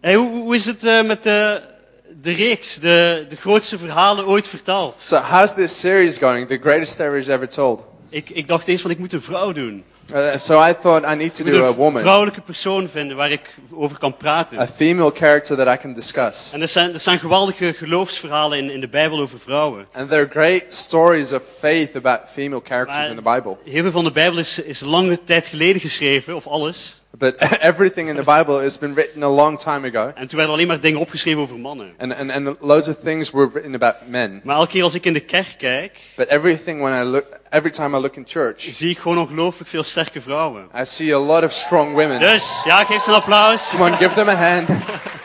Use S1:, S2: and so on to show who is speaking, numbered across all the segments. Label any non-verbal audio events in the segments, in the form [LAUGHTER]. S1: Hey, hoe, hoe is het eh, met de, de reeks, de, de grootste verhalen ooit vertaald?
S2: So, how's this series going? The greatest stories ever told.
S1: Ik, ik dacht eens van, ik moet een vrouw doen.
S2: Uh, so, I thought I need to
S1: Ik moet
S2: do a
S1: een
S2: woman,
S1: vrouwelijke persoon vinden waar ik over kan praten.
S2: a female character that I can discuss.
S1: En er zijn, er zijn geweldige geloofsverhalen in, in de Bijbel over vrouwen.
S2: And there are great stories of faith about female characters
S1: Maar-
S2: in the Bible.
S1: Heel veel van de Bijbel is, is lange tijd geleden geschreven, of alles.
S2: But [LAUGHS] everything in the Bible has been written a long time ago.
S1: En toen werden alleen maar dingen opgeschreven over mannen.
S2: And, and, and loads of things were written about men.
S1: Maar elke keer als ik in de kerk kijk,
S2: But everything when I look, every time I look in church,
S1: zie ik gewoon ongelooflijk veel sterke vrouwen.
S2: I see a lot of strong women.
S1: Dus, ja, geef ze een applaus.
S2: Come on, give them a hand.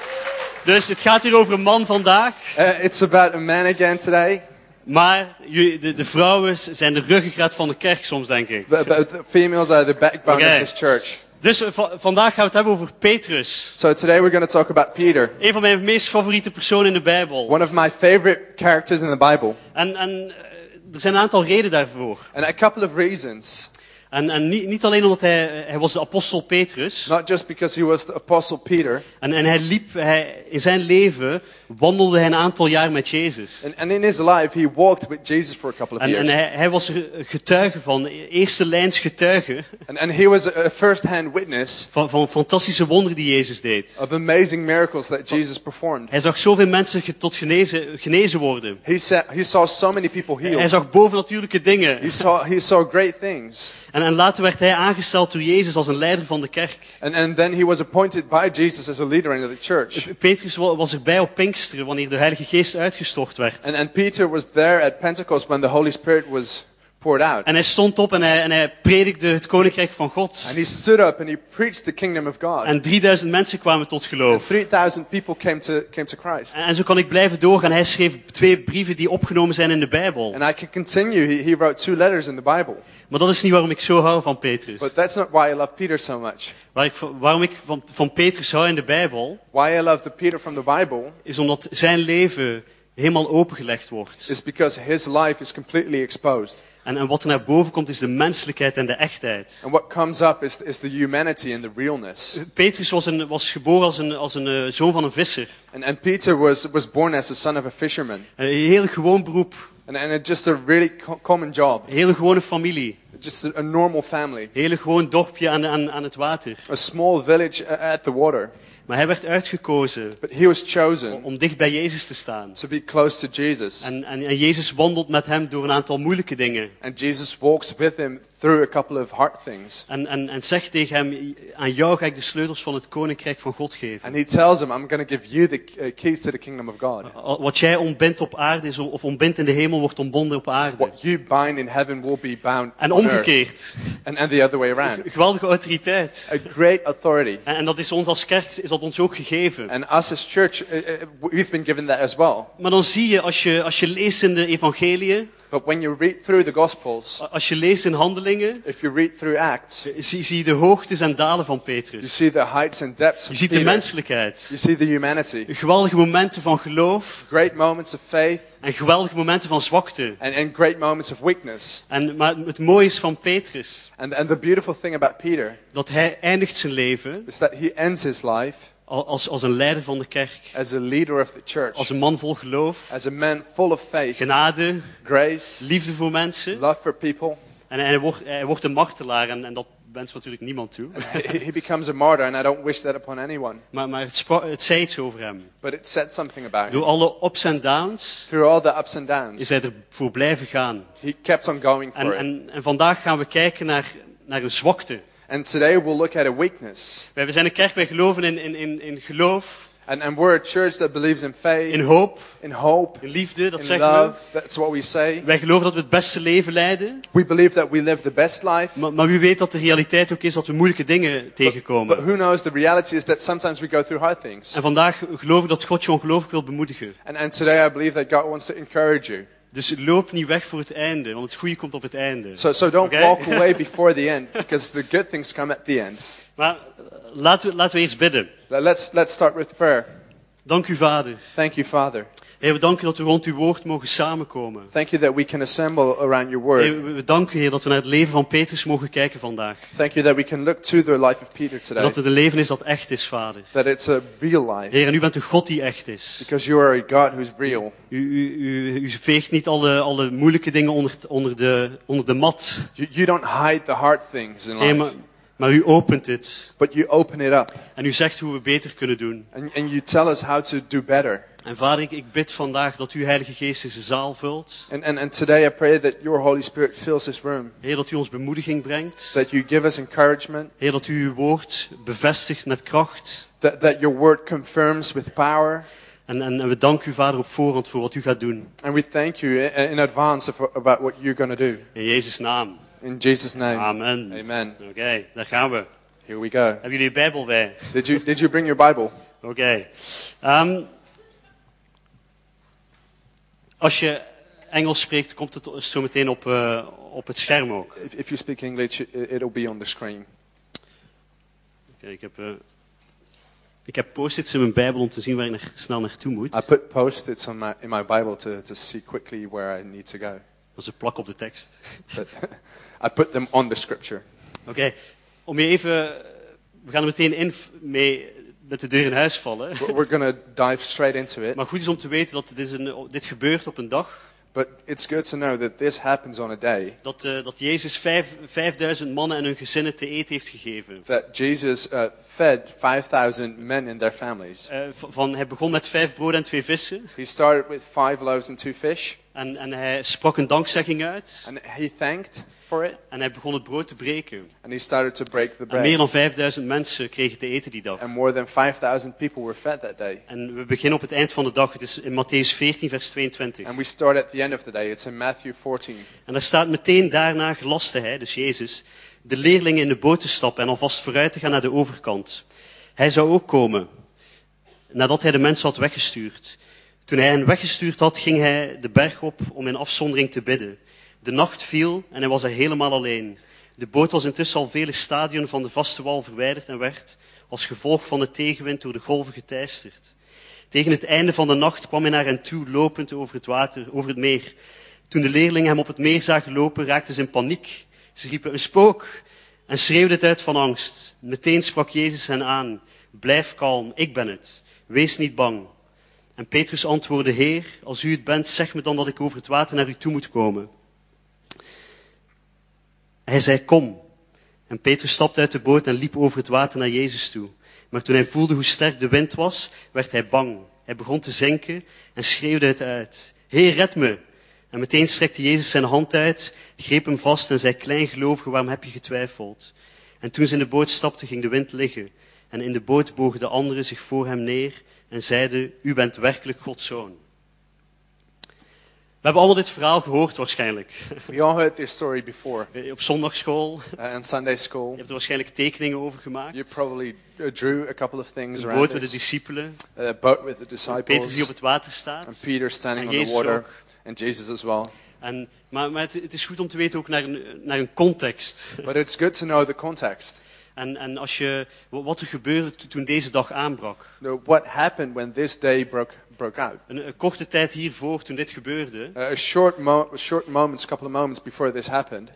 S2: [LAUGHS]
S1: Dus het gaat hier over een man vandaag.
S2: Uh, it's about a man again today.
S1: Maar ju- de, de vrouwen zijn de ruggengraat van de kerk soms, denk ik.
S2: But, but the females are the backbone
S1: Okay.
S2: of this church.
S1: Dus eh, va- vandaag gaan we het hebben over Petrus.
S2: So today we're going to talk about Peter,
S1: Een van mijn meest favoriete personen in de Bijbel.
S2: one of my favorite characters in the Bible.
S1: En, en eh, er zijn een aantal redenen daarvoor.
S2: And a couple of reasons.
S1: En, en niet, niet alleen omdat hij, eh, hij was de apostel Petrus.
S2: Not just because he was the apostle Peter.
S1: En, en hij liep, hij, in zijn leven wandelde hij een aantal jaar met Jezus.
S2: And, and in his life, he walked with Jesus for a couple of
S1: En, en
S2: years.
S1: hij, hij was er getuige van, eerste lijns getuige
S2: And, and he was a a first-hand witness
S1: van, van fantastische wonderen die Jezus deed.
S2: of amazing miracles that Jesus performed.
S1: Hij zag zoveel mensen ge- tot genezen, genezen worden.
S2: He, sa- he saw so many people
S1: Hij
S2: healed.
S1: zag bovennatuurlijke dingen.
S2: He saw, he saw great things.
S1: En, en later werd hij aangesteld door Jezus als een leider van de kerk.
S2: And, and then he was appointed by Jesus as a leader in the church.
S1: Petrus wa- was erbij op Pinksteren wanneer de Heilige Geest uitgestort werd.
S2: And, and Peter was there at Pentecost when the Holy Spirit was poured out.
S1: En hij stond op en hij, en hij predikte het koninkrijk van God.
S2: And he stood up and he preached the kingdom of God.
S1: En 3000 mensen kwamen tot geloof.
S2: 3,000 people came to, came to Christ.
S1: En, en zo kan ik blijven doorgaan. Hij schreef twee brieven die opgenomen zijn in de Bijbel.
S2: And I could continue. He, he wrote two letters in the Bible.
S1: Maar dat is niet waarom ik zo hou van Petrus.
S2: But that's not why I love Peter so much.
S1: Waar ik, van- waarom ik van, van Petrus hou in de Bijbel,
S2: Why I love the Peter from the Bible
S1: is omdat zijn leven helemaal opengelegd wordt.
S2: is because his life is completely exposed.
S1: En, en wat er naar boven komt is de menselijkheid en de echtheid.
S2: And what comes up is, is the humanity and the realness.
S1: Petrus was, een, was geboren als een, als een eh, zoon van een visser.
S2: And, and Peter was, was born as the son of a fisherman.
S1: Een heel gewoon beroep,
S2: And, and it- just a really co- common job.
S1: een hele gewone familie,
S2: Just a, a normal family.
S1: een hele gewoon dorpje aan, aan, aan het water.
S2: A small village a- at the water.
S1: Maar hij werd uitgekozen
S2: But he was chosen
S1: om dicht bij Jezus te staan.
S2: to be close to Jesus.
S1: En, en, en Jezus wandelt met hem door een aantal moeilijke dingen.
S2: And Jesus walks with him through a couple of hard things.
S1: En, en, en zegt tegen hem, aan jou ga ik de sleutels van het koninkrijk van God geven.
S2: And he tells him, I'm going to give you the uh, keys to the kingdom of God.
S1: Al- Wat jij ontbindt op aarde is, of ontbindt in de hemel, wordt ontbonden op aarde.
S2: What you bind in heaven will be bound
S1: En
S2: on earth.
S1: omgekeerd.
S2: And, and the other way around.
S1: Geweldige autoriteit.
S2: A great authority.
S1: En, en dat is ons als kerk, is dat ons ook gegeven.
S2: And us as church, uh, uh, we've been given that as well.
S1: Maar dan zie je als, je, als je leest in de evangeliën,
S2: But when you read through the Gospels,
S1: a- als je leest in handelingen,
S2: if you read through Acts,
S1: zie, zie je de hoogtes en dalen van
S2: you
S1: Petrus.
S2: see the heights and depths
S1: Je
S2: of
S1: ziet de
S2: Peter.
S1: menselijkheid.
S2: You see the humanity.
S1: Geweldige momenten van geloof
S2: Great moments of faith
S1: en geweldige momenten van zwakte.
S2: and, and great moments of weakness.
S1: En, maar het mooie is van Petrus,
S2: And, and the beautiful thing about Peter
S1: dat hij eindigt zijn leven
S2: is that he ends his life
S1: al- als, als een leider van de kerk.
S2: as a leader of the church.
S1: Als een man vol geloof,
S2: as a man full of faith,
S1: genade,
S2: grace,
S1: liefde voor mensen.
S2: love for people.
S1: En hij wordt, hij wordt een martelaar en, en dat wenst natuurlijk niemand toe.
S2: He, he becomes a martyr, and I don't wish that upon anyone.
S1: Maar, maar het, spra- het zei iets over hem.
S2: But it said something about him.
S1: Door alle ups en downs
S2: Through all the ups and downs,
S1: is hij ervoor blijven gaan.
S2: he kept on going for
S1: En,
S2: it.
S1: en, en vandaag gaan we kijken naar, naar een zwakte.
S2: And today we'll look at a weakness.
S1: Wij, we zijn een kerk, wij geloven in, in, in, in geloof,
S2: And, and we're a church that believes in faith,
S1: in hoop,
S2: in hope,
S1: in liefde, dat
S2: in
S1: zeggen we.
S2: love. That's what we say.
S1: Wij geloven dat we het beste leven leiden.
S2: We believe that we live the best life.
S1: Maar, maar wie weet dat de realiteit ook is dat we moeilijke dingen
S2: But
S1: tegenkomen.
S2: who knows, the reality is that sometimes we go through hard things.
S1: En vandaag geloof ik dat God je ongelooflijk wil bemoedigen.
S2: And, and today I believe that God wants to encourage you.
S1: Dus loop niet weg voor het einde, want het goede komt op het einde.
S2: So, so don't
S1: Oké?
S2: walk away before the end, because the good things come at the end.
S1: Maar eh, laten we, laten we eerst bidden.
S2: Let's, let's start with prayer.
S1: Dank u, Vader.
S2: Thank you, Father.
S1: Heer, we danken u dat we rond uw woord mogen samenkomen.
S2: Thank you that we can assemble around your
S1: Heer,
S2: word.
S1: we- we danken u, Heer, dat we naar het leven van Petrus mogen kijken vandaag.
S2: Thank you that we can look to the life of Peter
S1: En
S2: today,
S1: dat het een leven is dat echt is, Vader.
S2: that it's a real life,
S1: Heer, en u bent de God die echt is.
S2: because you are a God who's real.
S1: U, u, u, u veegt niet alle, alle moeilijke dingen onder, het- onder, de, onder de mat.
S2: You, you don't hide the hard things in
S1: Heer, maar,
S2: life,
S1: maar u opent het.
S2: but you open it up
S1: En u zegt hoe we beter kunnen doen.
S2: and, and you tell us how to do better.
S1: En vader, ik, ik bid vandaag dat uw Heilige Geest deze zaal vult.
S2: And, and, and today I pray that your Holy Spirit fills this room,
S1: Heer, dat u ons bemoediging brengt.
S2: that you give us encouragement,
S1: Heer, dat u uw woord bevestigt met kracht.
S2: that, that your word confirms with power.
S1: En, en, en we danken u, vader, op voorhand voor wat u gaat doen.
S2: And we thank you i- in advance of, about what you're going to do.
S1: In Jezus' naam.
S2: In Jesus' name.
S1: Amen.
S2: Amen.
S1: Oké, daar gaan we.
S2: Here we go.
S1: Hebben jullie een Bijbel bij?
S2: Did you, did you bring your Bible?
S1: Oké. Ehm, als je Engels spreekt, komt het zo meteen op, eh, op het scherm ook.
S2: If, if you speak English, i- it'll be on the screen.
S1: Oké, ik heb, eh, ik heb post-its in mijn Bijbel om te zien waar ik naar, snel naartoe moet.
S2: I put post-its on my, in my Bible to, to see quickly where I need to go.
S1: Dat is een plak op de tekst.
S2: But [LAUGHS] I put them on the scripture.
S1: Oké, om je even... We gaan er meteen in f- mee met de deur in huis vallen.
S2: [LAUGHS] But We're going to dive straight into it.
S1: Maar goed is om te weten dat dit, is een, dit gebeurt op een dag.
S2: But it's good to know that this happens on a day
S1: Dat, eh, dat Jezus vijf, 5000 mannen en hun gezinnen te eten heeft gegeven.
S2: that Jesus uh, fed 5,000 men and their families.
S1: Eh, v- van, hij begon met vijf broden en twee vissen.
S2: He started with five loaves and two fish,
S1: En, en hij sprak een dankzegging uit.
S2: and he thanked for it,
S1: En hij begon het brood te breken.
S2: and he started to break the
S1: En meer
S2: bread.
S1: dan 5000 mensen kregen te eten die dag.
S2: And more than 5,000 people were fed that day.
S1: En we beginnen op het eind van de dag. Het is in Matthäus 14, vers 22.
S2: And we start at the end of the day. It's in Matthew 14.
S1: En daar staat meteen daarna gelaste hij, dus Jezus, de leerlingen in de boot te stappen en alvast vooruit te gaan naar de overkant. Hij zou ook komen, nadat hij de mensen had weggestuurd. Toen hij hen weggestuurd had, ging hij de berg op om in afzondering te bidden. De nacht viel en hij was er helemaal alleen. De boot was intussen al vele stadion van de vaste wal verwijderd en werd, als gevolg van de tegenwind, door de golven geteisterd. Tegen het einde van de nacht kwam hij naar hen toe, lopend over het water, over het meer. Toen de leerlingen hem op het meer zagen lopen, raakten ze in paniek. Ze riepen een spook en schreeuwden het uit van angst. Meteen sprak Jezus hen aan. Blijf kalm, ik ben het. Wees niet bang. En Petrus antwoordde, Heer, als u het bent, zeg me dan dat ik over het water naar u toe moet komen. Hij zei, kom. En Petrus stapte uit de boot en liep over het water naar Jezus toe. Maar toen hij voelde hoe sterk de wind was, werd hij bang. Hij begon te zinken en schreeuwde het uit. Heer, red me! En meteen strekte Jezus zijn hand uit, greep hem vast en zei, kleingelovige, waarom heb je getwijfeld? En toen ze in de boot stapten, ging de wind liggen. En in de boot bogen de anderen zich voor hem neer en zeiden, u bent werkelijk Gods zoon. We hebben allemaal dit verhaal gehoord waarschijnlijk. [LAUGHS]
S2: We all heard this story before
S1: Op zondagschool,
S2: uh, in Sunday school.
S1: je hebt er waarschijnlijk tekeningen over gemaakt.
S2: You probably uh, drew a couple of things
S1: Een
S2: around
S1: boot met de
S2: this.
S1: discipelen.
S2: A boat with the
S1: Petrus die op
S2: disciples
S1: het water
S2: and
S1: staat.
S2: Peter standing
S1: En
S2: on the
S1: Jezus
S2: water
S1: ook.
S2: and Jesus as well.
S1: En, maar maar het, het is goed om te weten ook naar een, naar een context.
S2: But it's good to know the context.
S1: En, en als je, wa- wat er gebeurde to- toen deze dag aanbrak.
S2: You know, what happened when this day broke broke out?
S1: Een, een korte tijd hiervoor, toen dit gebeurde,
S2: Uh, a short mo- a short moments, a couple of moments before this happened,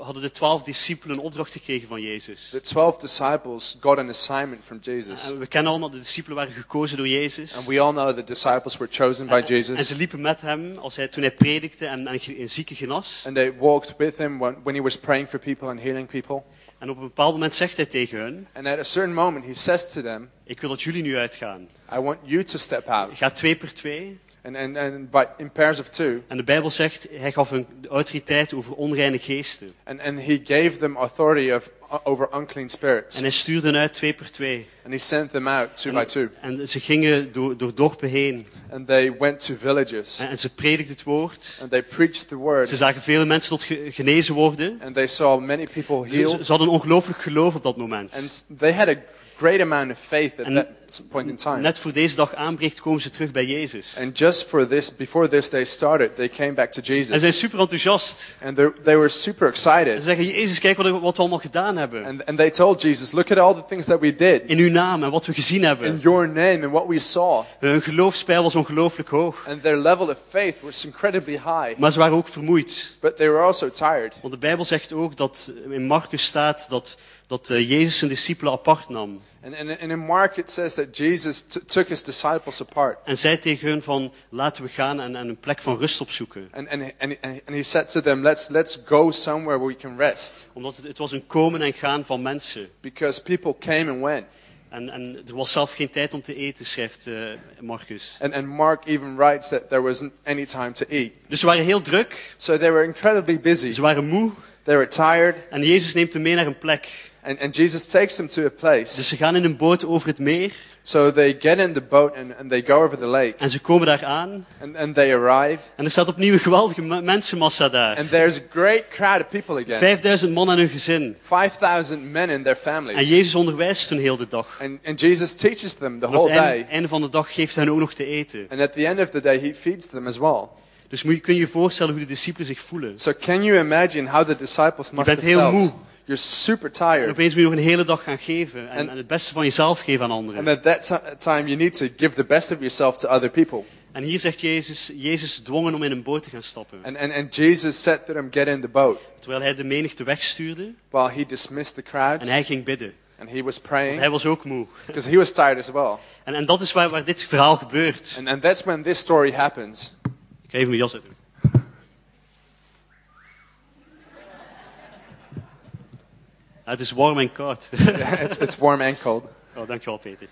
S1: hadden de twaalf discipelen een opdracht gekregen van Jezus.
S2: the 12 disciples got an assignment from Jesus.
S1: En we kennen allemaal, de discipelen waren gekozen door Jezus.
S2: And we all know the disciples were chosen by
S1: En
S2: Jesus.
S1: ze liepen met hem als hij, toen hij predikte en, en, ge- en zieken genas.
S2: And they walked with him when, when he was praying for people and healing people.
S1: En op een bepaald moment zegt hij tegen hen,
S2: And at a certain moment, he says to them,
S1: ik wil dat jullie nu uitgaan.
S2: I want you to step out.
S1: Ga twee per twee.
S2: And, and, and by, in pairs of two.
S1: En de Bijbel zegt, hij gaf hun de autoriteit over onreine geesten.
S2: And, and he gave them authority of, uh, over unclean spirits.
S1: En hij stuurde hen uit twee per twee.
S2: And he sent them out two by two.
S1: En ze gingen door, door dorpen heen.
S2: And they went to villages.
S1: En, en ze predikten het woord.
S2: And they preached the word.
S1: Ze zagen vele mensen tot ge- genezen worden.
S2: And they saw many people
S1: Ze, ze
S2: healed.
S1: hadden een ongelooflijk geloof op dat moment.
S2: And s- they had a great amount of faith at
S1: En,
S2: that this point in time.
S1: net voor deze dag aanbreekt, komen ze terug bij Jezus.
S2: And just for this, before this day started, they came back to
S1: En zijn
S2: Jesus.
S1: super enthousiast.
S2: And they- they were super
S1: Ze
S2: excited.
S1: zeggen, Jezus, kijk wat, wat we allemaal gedaan hebben.
S2: And, and they told Jesus, look at all the things that we did
S1: In uw naam en wat we gezien
S2: in
S1: hebben.
S2: your name and what we saw.
S1: Hun geloofspijl was ongelooflijk hoog.
S2: And their level of faith was incredibly high.
S1: Maar ze waren ook vermoeid.
S2: But they were also tired.
S1: Want de Bijbel zegt ook dat in Marcus staat dat, dat eh, Jezus zijn discipelen apart nam.
S2: And, and, and in Mark, it says that Jesus t- took his disciples apart.
S1: En zei tegen hun van, laten we gaan en, en een plek van rust opzoeken.
S2: And, and, and, and he said to them, let's, let's go somewhere where we can rest.
S1: Omdat het, het was een komen en gaan van mensen.
S2: Because people came and went.
S1: En, en er was zelf geen tijd om te eten, schrijft eh, Marcus.
S2: And, and Mark even writes that there wasn't any time to eat.
S1: Dus ze waren heel druk,
S2: So they were incredibly busy.
S1: ze waren moe.
S2: They were tired.
S1: En Jezus neemt hen mee naar een plek.
S2: And, and Jesus takes them to a
S1: Dus
S2: place.
S1: ze gaan in een boot over het meer.
S2: So they get in the boat and, and they go over the lake.
S1: En ze komen daar aan.
S2: And, and they arrive.
S1: En er staat opnieuw een geweldige me- mensenmassa daar.
S2: And there's a great crowd of people again.
S1: 5000 man en hun gezin.
S2: 5,000 men and their
S1: En
S2: families.
S1: Jezus onderwijst hen heel de dag.
S2: And, and Jesus teaches them the
S1: En op
S2: whole
S1: het einde,
S2: day.
S1: einde van de dag geeft hij hen ook nog te eten.
S2: And at the end of the day, he feeds them as well.
S1: Dus moet je, kun je je voorstellen hoe de discipelen zich voelen.
S2: So can you imagine how the disciples must
S1: bent
S2: have
S1: heel
S2: felt?
S1: moe.
S2: You're super
S1: En
S2: tired.
S1: opeens moet je nog een hele dag gaan geven. En,
S2: En-
S1: en het beste van jezelf geven aan
S2: And
S1: anderen.
S2: at that ti- time, you need to give the best of yourself to other people.
S1: En hier zegt Jezus, Jezus dwongen om in een boot te gaan stappen.
S2: And, and, and Jesus said to them, get in the boat.
S1: Terwijl hij de menigte wegstuurde
S2: While he dismissed the crowds
S1: en hij ging bidden.
S2: and he was
S1: Want
S2: praying
S1: hij was ook moe.
S2: because he was tired as well.
S1: En, en dat is waar, waar dit verhaal gebeurt.
S2: And, and that's when this story happens. [LAUGHS]
S1: Ik ga even mijn jas uitdoen. Ja, [LAUGHS] het is warm en koud. [LAUGHS]
S2: it's, it's warm and cold.
S1: Oh, dankjewel Peter.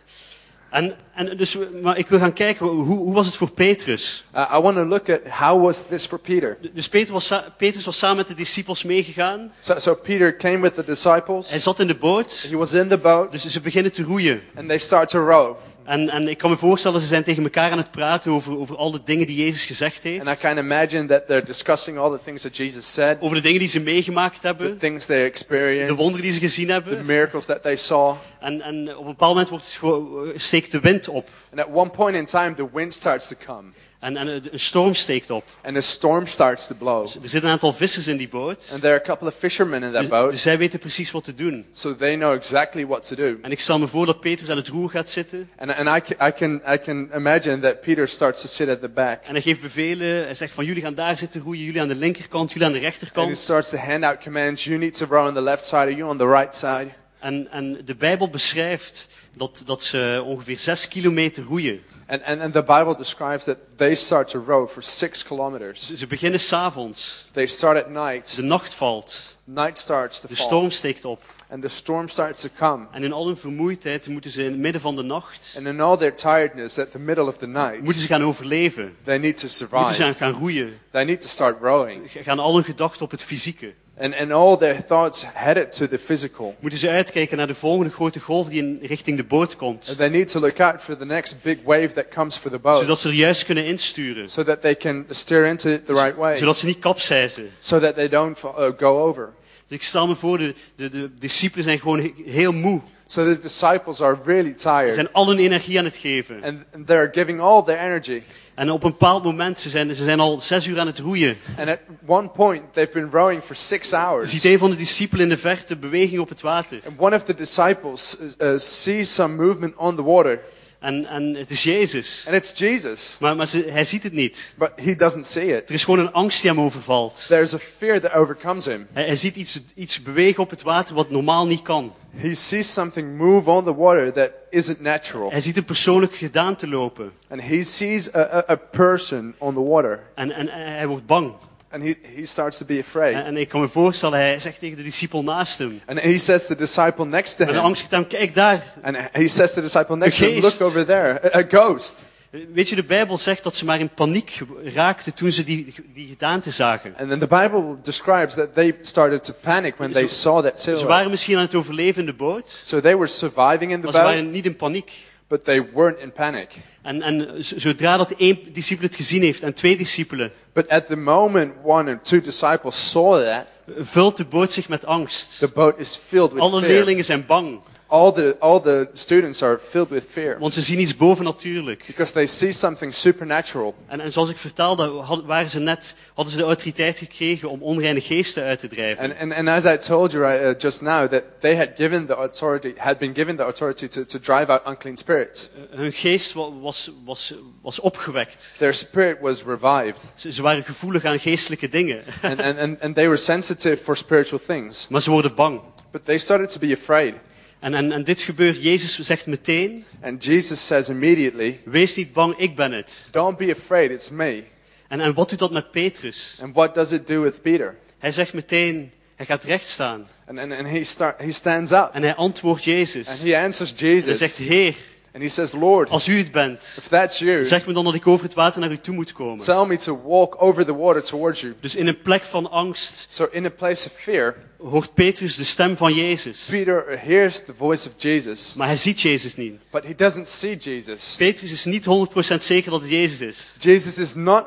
S1: En, en dus, we- maar ik wil gaan kijken, hoe, hoe was het voor Petrus?
S2: Uh, I want to look at how was this for Peter.
S1: Dus Peter was, sa- Petrus was samen met de discipels meegegaan.
S2: So, so Peter came with the
S1: Hij
S2: disciples.
S1: zat in de boot,
S2: He was in the boat
S1: dus ze beginnen te roeien.
S2: and they start to row.
S1: En, en ik kan me voorstellen, ze zijn tegen elkaar aan het praten over, over al de dingen die Jezus gezegd
S2: And I
S1: heeft.
S2: can imagine that they're discussing all the things that Jesus said,
S1: Over de dingen die ze meegemaakt
S2: the
S1: hebben,
S2: things they
S1: de
S2: experienced,
S1: wonderen die ze gezien
S2: the
S1: hebben.
S2: miracles that they saw.
S1: En, en op een bepaald moment wordt het gewoon- steekt de wind op.
S2: And at one point in time, the wind starts to come
S1: En, en een storm steekt op.
S2: and a storm starts to blow.
S1: Er zitten een aantal vissers in die boot.
S2: And there are a couple of fishermen in
S1: Dus,
S2: that
S1: dus
S2: boat,
S1: zij weten precies wat te doen.
S2: so they know exactly what to do.
S1: En ik stel me voor dat Petrus aan het roer gaat zitten.
S2: And, and I, ca- I, can, I can imagine that Peter starts to sit at the back
S1: En hij geeft bevelen. Hij zegt van jullie gaan daar zitten roeien. Jullie aan de linkerkant, jullie aan de
S2: and he
S1: rechterkant.
S2: starts to hand out commands. You need to row on the left side, or you on the right side.
S1: En, en de Bijbel beschrijft dat, dat ze ongeveer zes kilometer roeien.
S2: And, and, and the Bible describes that they start to row for six kilometers.
S1: Ze, ze beginnen s'avonds.
S2: They start at night,
S1: De nacht valt.
S2: night starts to
S1: De
S2: fall,
S1: storm steekt op.
S2: and the storm starts to come.
S1: En in al hun vermoeidheid moeten ze in het midden van de nacht
S2: And in all their tiredness, at the middle of the night,
S1: moeten ze gaan overleven.
S2: they need to
S1: Moeten ze
S2: survive.
S1: aan gaan roeien.
S2: They need to start rowing.
S1: Ga- Gaan al hun gedachten op het fysieke.
S2: And, and all their thoughts headed to the physical.
S1: Moeten ze uitkijken naar de volgende grote golf die in richting de boot komt.
S2: And they need to look out for the next big wave that comes for the boat
S1: Zodat ze er juist kunnen insturen.
S2: so that they can steer into it the right way,
S1: Zodat ze niet kapseizen.
S2: so that they don't fo- uh, go over.
S1: Dus ik stel me voor, de, de, de discipelen zijn gewoon he- heel moe.
S2: So the disciples are really
S1: Ze
S2: tired
S1: zijn al hun energie aan het geven.
S2: and and they're giving all their energy.
S1: En op een bepaald moment, ze zijn, ze zijn al zes uur aan het roeien.
S2: And at one point, they've been rowing for six
S1: Je ziet
S2: hours.
S1: een van de discipelen in de verte beweging op het water.
S2: And one of the disciples uh, sees some movement on the water,
S1: En, en het is Jezus.
S2: and it's Jesus,
S1: Maar, maar ze- hij ziet het niet.
S2: but he doesn't see it.
S1: Er is gewoon een angst die hem overvalt.
S2: There's a fear that overcomes him.
S1: Hij, hij ziet iets, iets bewegen op het water wat normaal niet kan.
S2: He sees something move on the water that isn't natural.
S1: Hij ziet een persoonlijke gedaante lopen.
S2: And he sees a, a, a person on the water,
S1: En, en, en hij wordt bang.
S2: and he, he starts to be
S1: En,
S2: afraid.
S1: en ik kan me voorstellen, hij zegt tegen de discipel naast hem.
S2: And he says to the disciple next to
S1: En de
S2: him,
S1: angst gaat hem, kijk daar.
S2: and he says to the disciple next to him,
S1: geest.
S2: look over there, a, a ghost.
S1: Weet je, de Bijbel zegt dat ze maar in paniek ge- raakten toen ze die, die gedaante zagen.
S2: And then the Bible describes that they started to panic when they
S1: Ze-
S2: saw that
S1: Ze
S2: silhouette.
S1: waren misschien aan het overleven in de boot,
S2: So they were surviving in the
S1: maar ze
S2: boat,
S1: waren niet in paniek.
S2: but they weren't in panic.
S1: En, en z- zodra dat één discipel het gezien heeft en twee discipelen,
S2: But at the moment one or two disciples saw that,
S1: vult de boot zich met angst.
S2: the boat is filled with
S1: Alle
S2: fear.
S1: leerlingen zijn bang.
S2: all the, all the students are filled with fear
S1: Want ze zien iets bovennatuurlijk.
S2: because they see something supernatural.
S1: En, en zoals ik vertelde, had- waren ze net, hadden ze de autoriteit gekregen om onreine geesten uit te drijven.
S2: And, and, and as I told you right, uh, just now, that they had given the authority, had been given the authority to, to drive out unclean spirits.
S1: Hun geest wa- was, was, was opgewekt.
S2: Their spirit was revived,
S1: Ze, ze waren gevoelig aan geestelijke dingen.
S2: and, and, and, and they were sensitive for spiritual things.
S1: [LAUGHS] Maar ze worden bang.
S2: But they started to be afraid.
S1: En, en, en dit gebeurt, Jezus zegt meteen,
S2: And Jesus says immediately,
S1: wees niet bang, ik ben het.
S2: Don't be afraid, it's me.
S1: En, en wat doet dat met Petrus?
S2: And what does it do with Peter?
S1: Hij zegt meteen, hij gaat recht staan.
S2: And, and, and he, start, he stands up
S1: En hij antwoordt Jezus.
S2: and
S1: En
S2: he answers
S1: hij zegt,
S2: Jesus.
S1: Heer,
S2: And he says, Lord,
S1: als u het bent,
S2: if that's you,
S1: zeg me dan dat ik over het water naar u toe moet komen.
S2: tell me to walk over the water towards you.
S1: Dus in een plek van angst
S2: So, in a place of fear,
S1: hoort Petrus de stem van Jezus.
S2: Peter hears the voice of Jesus,
S1: Maar hij ziet Jezus niet.
S2: but he doesn't see Jesus.
S1: Petrus is niet 100% zeker dat het Jezus is.
S2: Jesus is not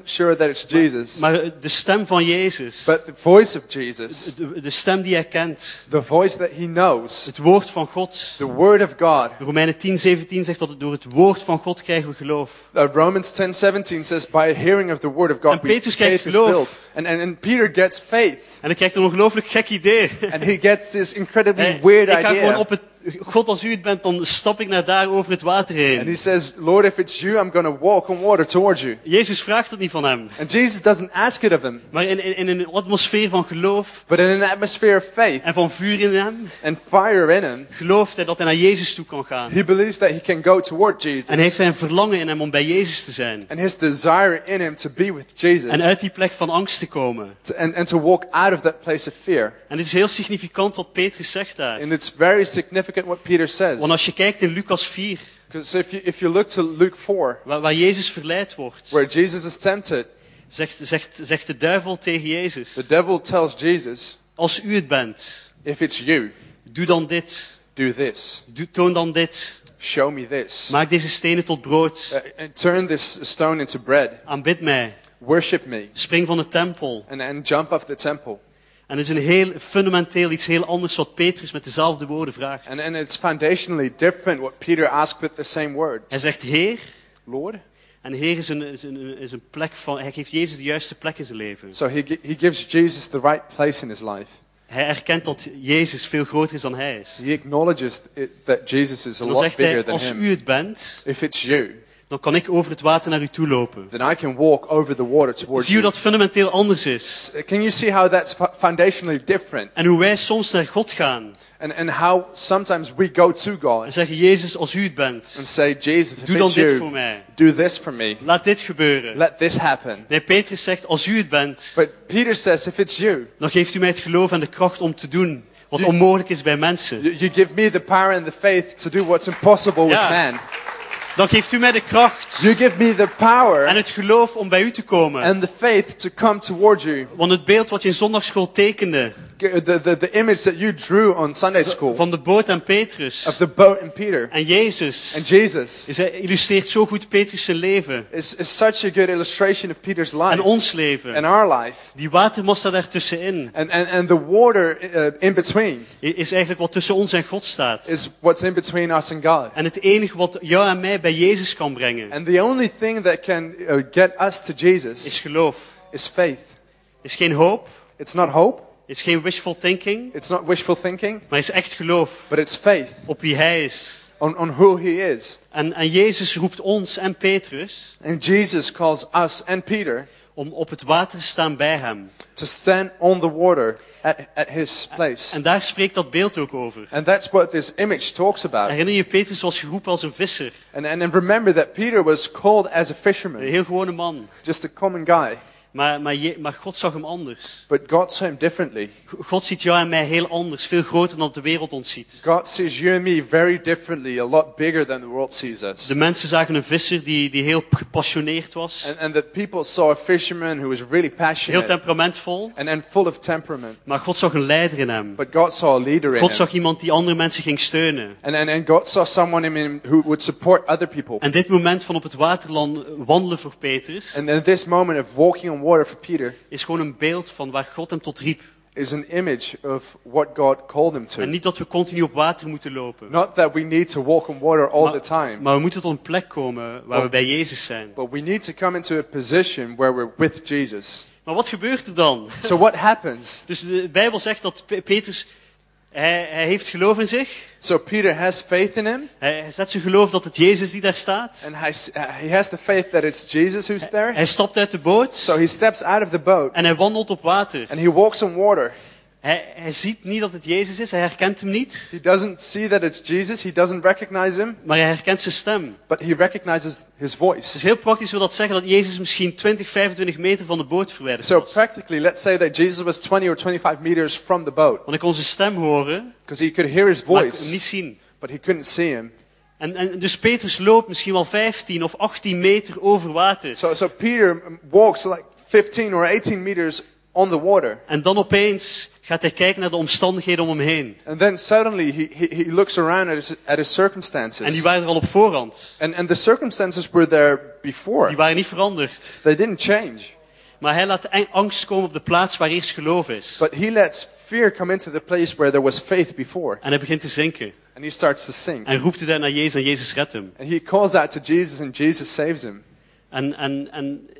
S2: 100% sure that it's Jesus,
S1: Maar eh, de stem van Jezus,
S2: but the voice of Jesus,
S1: de, de stem die hij kent,
S2: the voice that he knows,
S1: het woord van God.
S2: the Word of God.
S1: Romeinen 10, 17 zegt dat het door het woord van God krijgen we geloof.
S2: Uh, Romans 10:17 says, "By hearing of the word of
S1: En
S2: God,
S1: Petrus krijgt
S2: faith is
S1: geloof.
S2: built." And, and and Peter gets faith,
S1: En hij krijgt een ongelooflijk gek [LAUGHS] idee.
S2: and he gets this incredibly
S1: Hey,
S2: weird
S1: ik ga gewoon
S2: idea.
S1: op het... God, als u het bent, dan stap ik naar daar over het water heen.
S2: And he says, "Lord, if it's you, I'm going to walk on water towards you."
S1: Jezus vraagt het niet van hem.
S2: And Jesus doesn't ask it of him,
S1: Maar in, in, in een atmosfeer van geloof
S2: but in an atmosphere of faith
S1: en van vuur in hem,
S2: and fire in him,
S1: gelooft hij dat hij naar Jezus toe kan gaan.
S2: he believes that he can go toward Jesus.
S1: En heeft hij een verlangen in hem om bij Jezus te zijn.
S2: and his desire in him to be with Jesus
S1: En uit die plek van angst te komen.
S2: to- and, and to walk out of that place of fear.
S1: En het is heel significant wat Petrus zegt daar.
S2: And it's very significant what Peter says.
S1: Want als je kijkt in Lucas 4,
S2: Because if you, if you look to Luke 4,
S1: waar, waar Jezus verleid wordt,
S2: where Jesus is tempted,
S1: zegt, zegt, zegt de duivel tegen Jezus,
S2: the devil tells Jesus,
S1: als u het bent,
S2: If it's you,
S1: doe dan dit,
S2: do this.
S1: doe, toon dan dit,
S2: Show me this.
S1: maak deze stenen tot brood,
S2: Uh, and turn this stone into bread.
S1: aanbid mij,
S2: Worship me.
S1: spring van de tempel.
S2: And, and jump off the temple.
S1: En het is een heel fundamenteel iets heel anders wat Petrus met dezelfde woorden vraagt.
S2: And, and it's foundationally different what Peter asked with the same words.
S1: Hij zegt Heer,
S2: Lord?
S1: en Heer is een, is een, is een plek van, hij geeft Jezus de juiste plek in zijn leven.
S2: So he, gi- he gives Jesus the right place in his life.
S1: Hij erkent dat Jezus veel groter is dan hij is.
S2: He acknowledges it, that Jesus is a
S1: En dan
S2: lot
S1: zegt
S2: bigger
S1: hij,
S2: than
S1: als
S2: him.
S1: u het bent,
S2: If it's you,
S1: dan kan ik over het water naar u toe lopen.
S2: then I can walk over the water towards
S1: Zie hoe
S2: you.
S1: dat fundamenteel anders is.
S2: Can you see how that's fo- foundationally different?
S1: En hoe wij soms naar God gaan
S2: And, and how sometimes we go to
S1: en
S2: God
S1: zeggen, Jezus, als u het bent,
S2: and say, Jesus, if
S1: doe dan
S2: it's
S1: dit voor
S2: you,
S1: mij.
S2: do this for me.
S1: Laat dit gebeuren.
S2: Let this happen.
S1: Nee, Petrus zegt, als u het bent,
S2: But Peter says, if it's you,
S1: dan geeft u mij het geloof en de kracht om te doen wat onmogelijk is bij mensen.
S2: you, you give me the power and the faith to do what's impossible with
S1: Ja.
S2: man.
S1: Dan geeft u mij de kracht
S2: You give me the
S1: en
S2: power
S1: het geloof om bij u te komen.
S2: and the faith to come toward you.
S1: Want het beeld wat je in zondagschool tekende
S2: G- The, the, the image that you drew on Sunday school
S1: van de boot en Petrus
S2: of the boat and Peter
S1: en Jezus
S2: and Jesus
S1: is, illustreert zo goed Petrus zijn leven
S2: is, is such a good illustration of Peter's
S1: en
S2: life
S1: ons leven.
S2: and our life.
S1: Die watermassa daartussenin
S2: And, and, and the water uh, in between
S1: i- is eigenlijk wat tussen ons en God staat.
S2: is what's in between us and God.
S1: En het enige wat jou en mij bij Jezus kan brengen
S2: And the only thing that can uh, get us to
S1: is
S2: Jesus
S1: geloof.
S2: is faith.
S1: Is geen hoop,
S2: It's not hope,
S1: is geen wishful thinking,
S2: it's not wishful thinking,
S1: maar is echt geloof
S2: but it's faith
S1: op wie Hij is.
S2: on, on who He is.
S1: En, en Jezus roept ons en Petrus
S2: And Jesus calls us and Peter
S1: om op het water te staan bij Hem.
S2: to stand on the water at, at His place.
S1: En daar spreekt dat beeld ook over.
S2: And that's what this image talks about.
S1: Herinner je, Petrus was geroepen als een visser.
S2: And, and, and remember that Peter was called as a
S1: Een
S2: fisherman,
S1: heel gewone man.
S2: just a common guy.
S1: Maar, maar, Je- maar God zag hem anders.
S2: But God saw him differently.
S1: G- God ziet jou en mij heel anders, veel groter dan de wereld ons ziet.
S2: God sees you and me very differently, a lot bigger than the world sees us.
S1: De mensen zagen een visser die, die heel gepassioneerd was,
S2: And, and that people saw a fisherman who was really
S1: heel
S2: passionate
S1: temperamentvol.
S2: and, and full of temperament.
S1: Maar God zag een leider in hem.
S2: But God saw a leader in
S1: God
S2: him.
S1: zag iemand die andere mensen ging steunen.
S2: And, and, and God saw someone in him who would support other people.
S1: En dit moment van op het waterland wandelen voor Petrus
S2: And then this moment of walking on water for Peter
S1: is gewoon een beeld van waar God hem tot riep.
S2: is an image of what God called them
S1: En
S2: to.
S1: niet dat we continu op water moeten lopen.
S2: Not that we need to walk on water all the
S1: Maar,
S2: time,
S1: maar we moeten tot een plek komen waar we bij Jezus zijn.
S2: but we need to come into a position where we're with Jesus.
S1: Maar wat gebeurt er dan?
S2: So what happens?
S1: Dus de Bijbel zegt dat Pe- Petrus, hij, hij heeft geloof in zich.
S2: So Peter has faith in him,
S1: Hij hij zet zijn geloof dat het Jezus die daar staat.
S2: and has- uh, he has the faith that it's Jesus who's there.
S1: Hij stapt uit de boot
S2: So he steps out of the boat
S1: en hij wandelt op water.
S2: and he walks on water.
S1: Hij, hij ziet niet dat het Jezus is, hij herkent hem niet,
S2: He doesn't see that it's Jesus. He doesn't recognize him,
S1: maar hij herkent zijn stem.
S2: but he recognizes his
S1: Dus
S2: voice.
S1: heel praktisch wil dat zeggen dat Jezus misschien 20, 25 meter van de boot verwijderd
S2: So
S1: was.
S2: practically, let's say that Jesus was 20 or 25 meters from the boat
S1: Want ik kon zijn stem horen,
S2: because he could hear his
S1: maar ik kon hem niet
S2: voice,
S1: zien.
S2: but he couldn't see him.
S1: En, en dus Petrus loopt misschien wel 15 of 18 meter over water.
S2: So, so Peter walks like 15 or 18 meters on the water.
S1: En dan opeens gaat hij kijken naar de omstandigheden om hem heen.
S2: And then suddenly he, he, he looks around at his, at
S1: En
S2: his
S1: die
S2: circumstances.
S1: waren er al op voorhand.
S2: And, and the circumstances were there before.
S1: Die waren niet veranderd.
S2: They didn't change.
S1: Maar hij laat eng- angst komen op de plaats waar eerst geloof is.
S2: But he lets fear come into the place where there was faith before.
S1: En hij begint te zinken.
S2: And he starts to sink.
S1: En roept hij daar naar Jezus en Jezus redt hem.
S2: And he calls out to Jesus and Jesus saves him.
S1: En, en, en eh,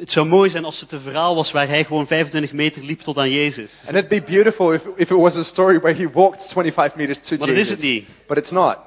S1: het zou mooi zijn als het een verhaal was waar hij gewoon 25 meter liep tot aan Jezus.
S2: And it'd be beautiful if, if it was a story where he walked 25 meters to
S1: But it
S2: Jesus.
S1: isn't he.
S2: But it's not.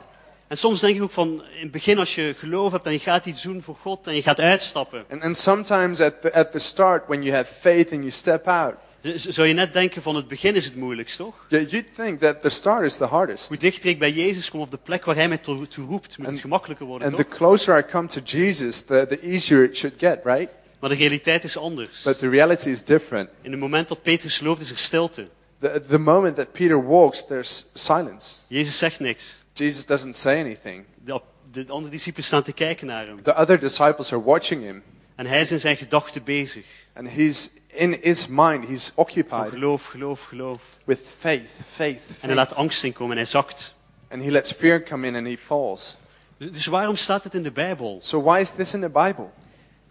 S1: En soms denk ik ook van, in het begin als je geloof hebt en je gaat iets doen voor God en je gaat uitstappen.
S2: And, and sometimes at the, at the start, when you have faith and you step out,
S1: z- Zou je net denken van het begin is het moeilijkst, toch?
S2: yeah, you'd think that the start is the hardest.
S1: Hoe dichter ik bij Jezus kom of de plek waar hij mij toe toe roept, moet het gemakkelijker worden,
S2: And the
S1: toch?
S2: closer I come to Jesus, the, the easier it should get, right?
S1: Maar de realiteit is anders.
S2: But the reality is different.
S1: In het moment dat Petrus loopt is er stilte.
S2: The, the moment that Peter walks, there's silence.
S1: Jezus zegt niks.
S2: Jesus doesn't say anything.
S1: De, ap- de andere discipelen staan te kijken naar hem.
S2: The other disciples are watching him,
S1: En hij is in zijn gedachten bezig.
S2: and he's in his mind, he's
S1: Van
S2: occupied
S1: geloof, geloof, geloof.
S2: with faith, faith,
S1: En hij
S2: faith.
S1: laat angst inkomen en hij zakt.
S2: And he lets fear come in and he falls.
S1: Dus dus waarom staat het in de Bijbel?
S2: So, why is this in the Bible?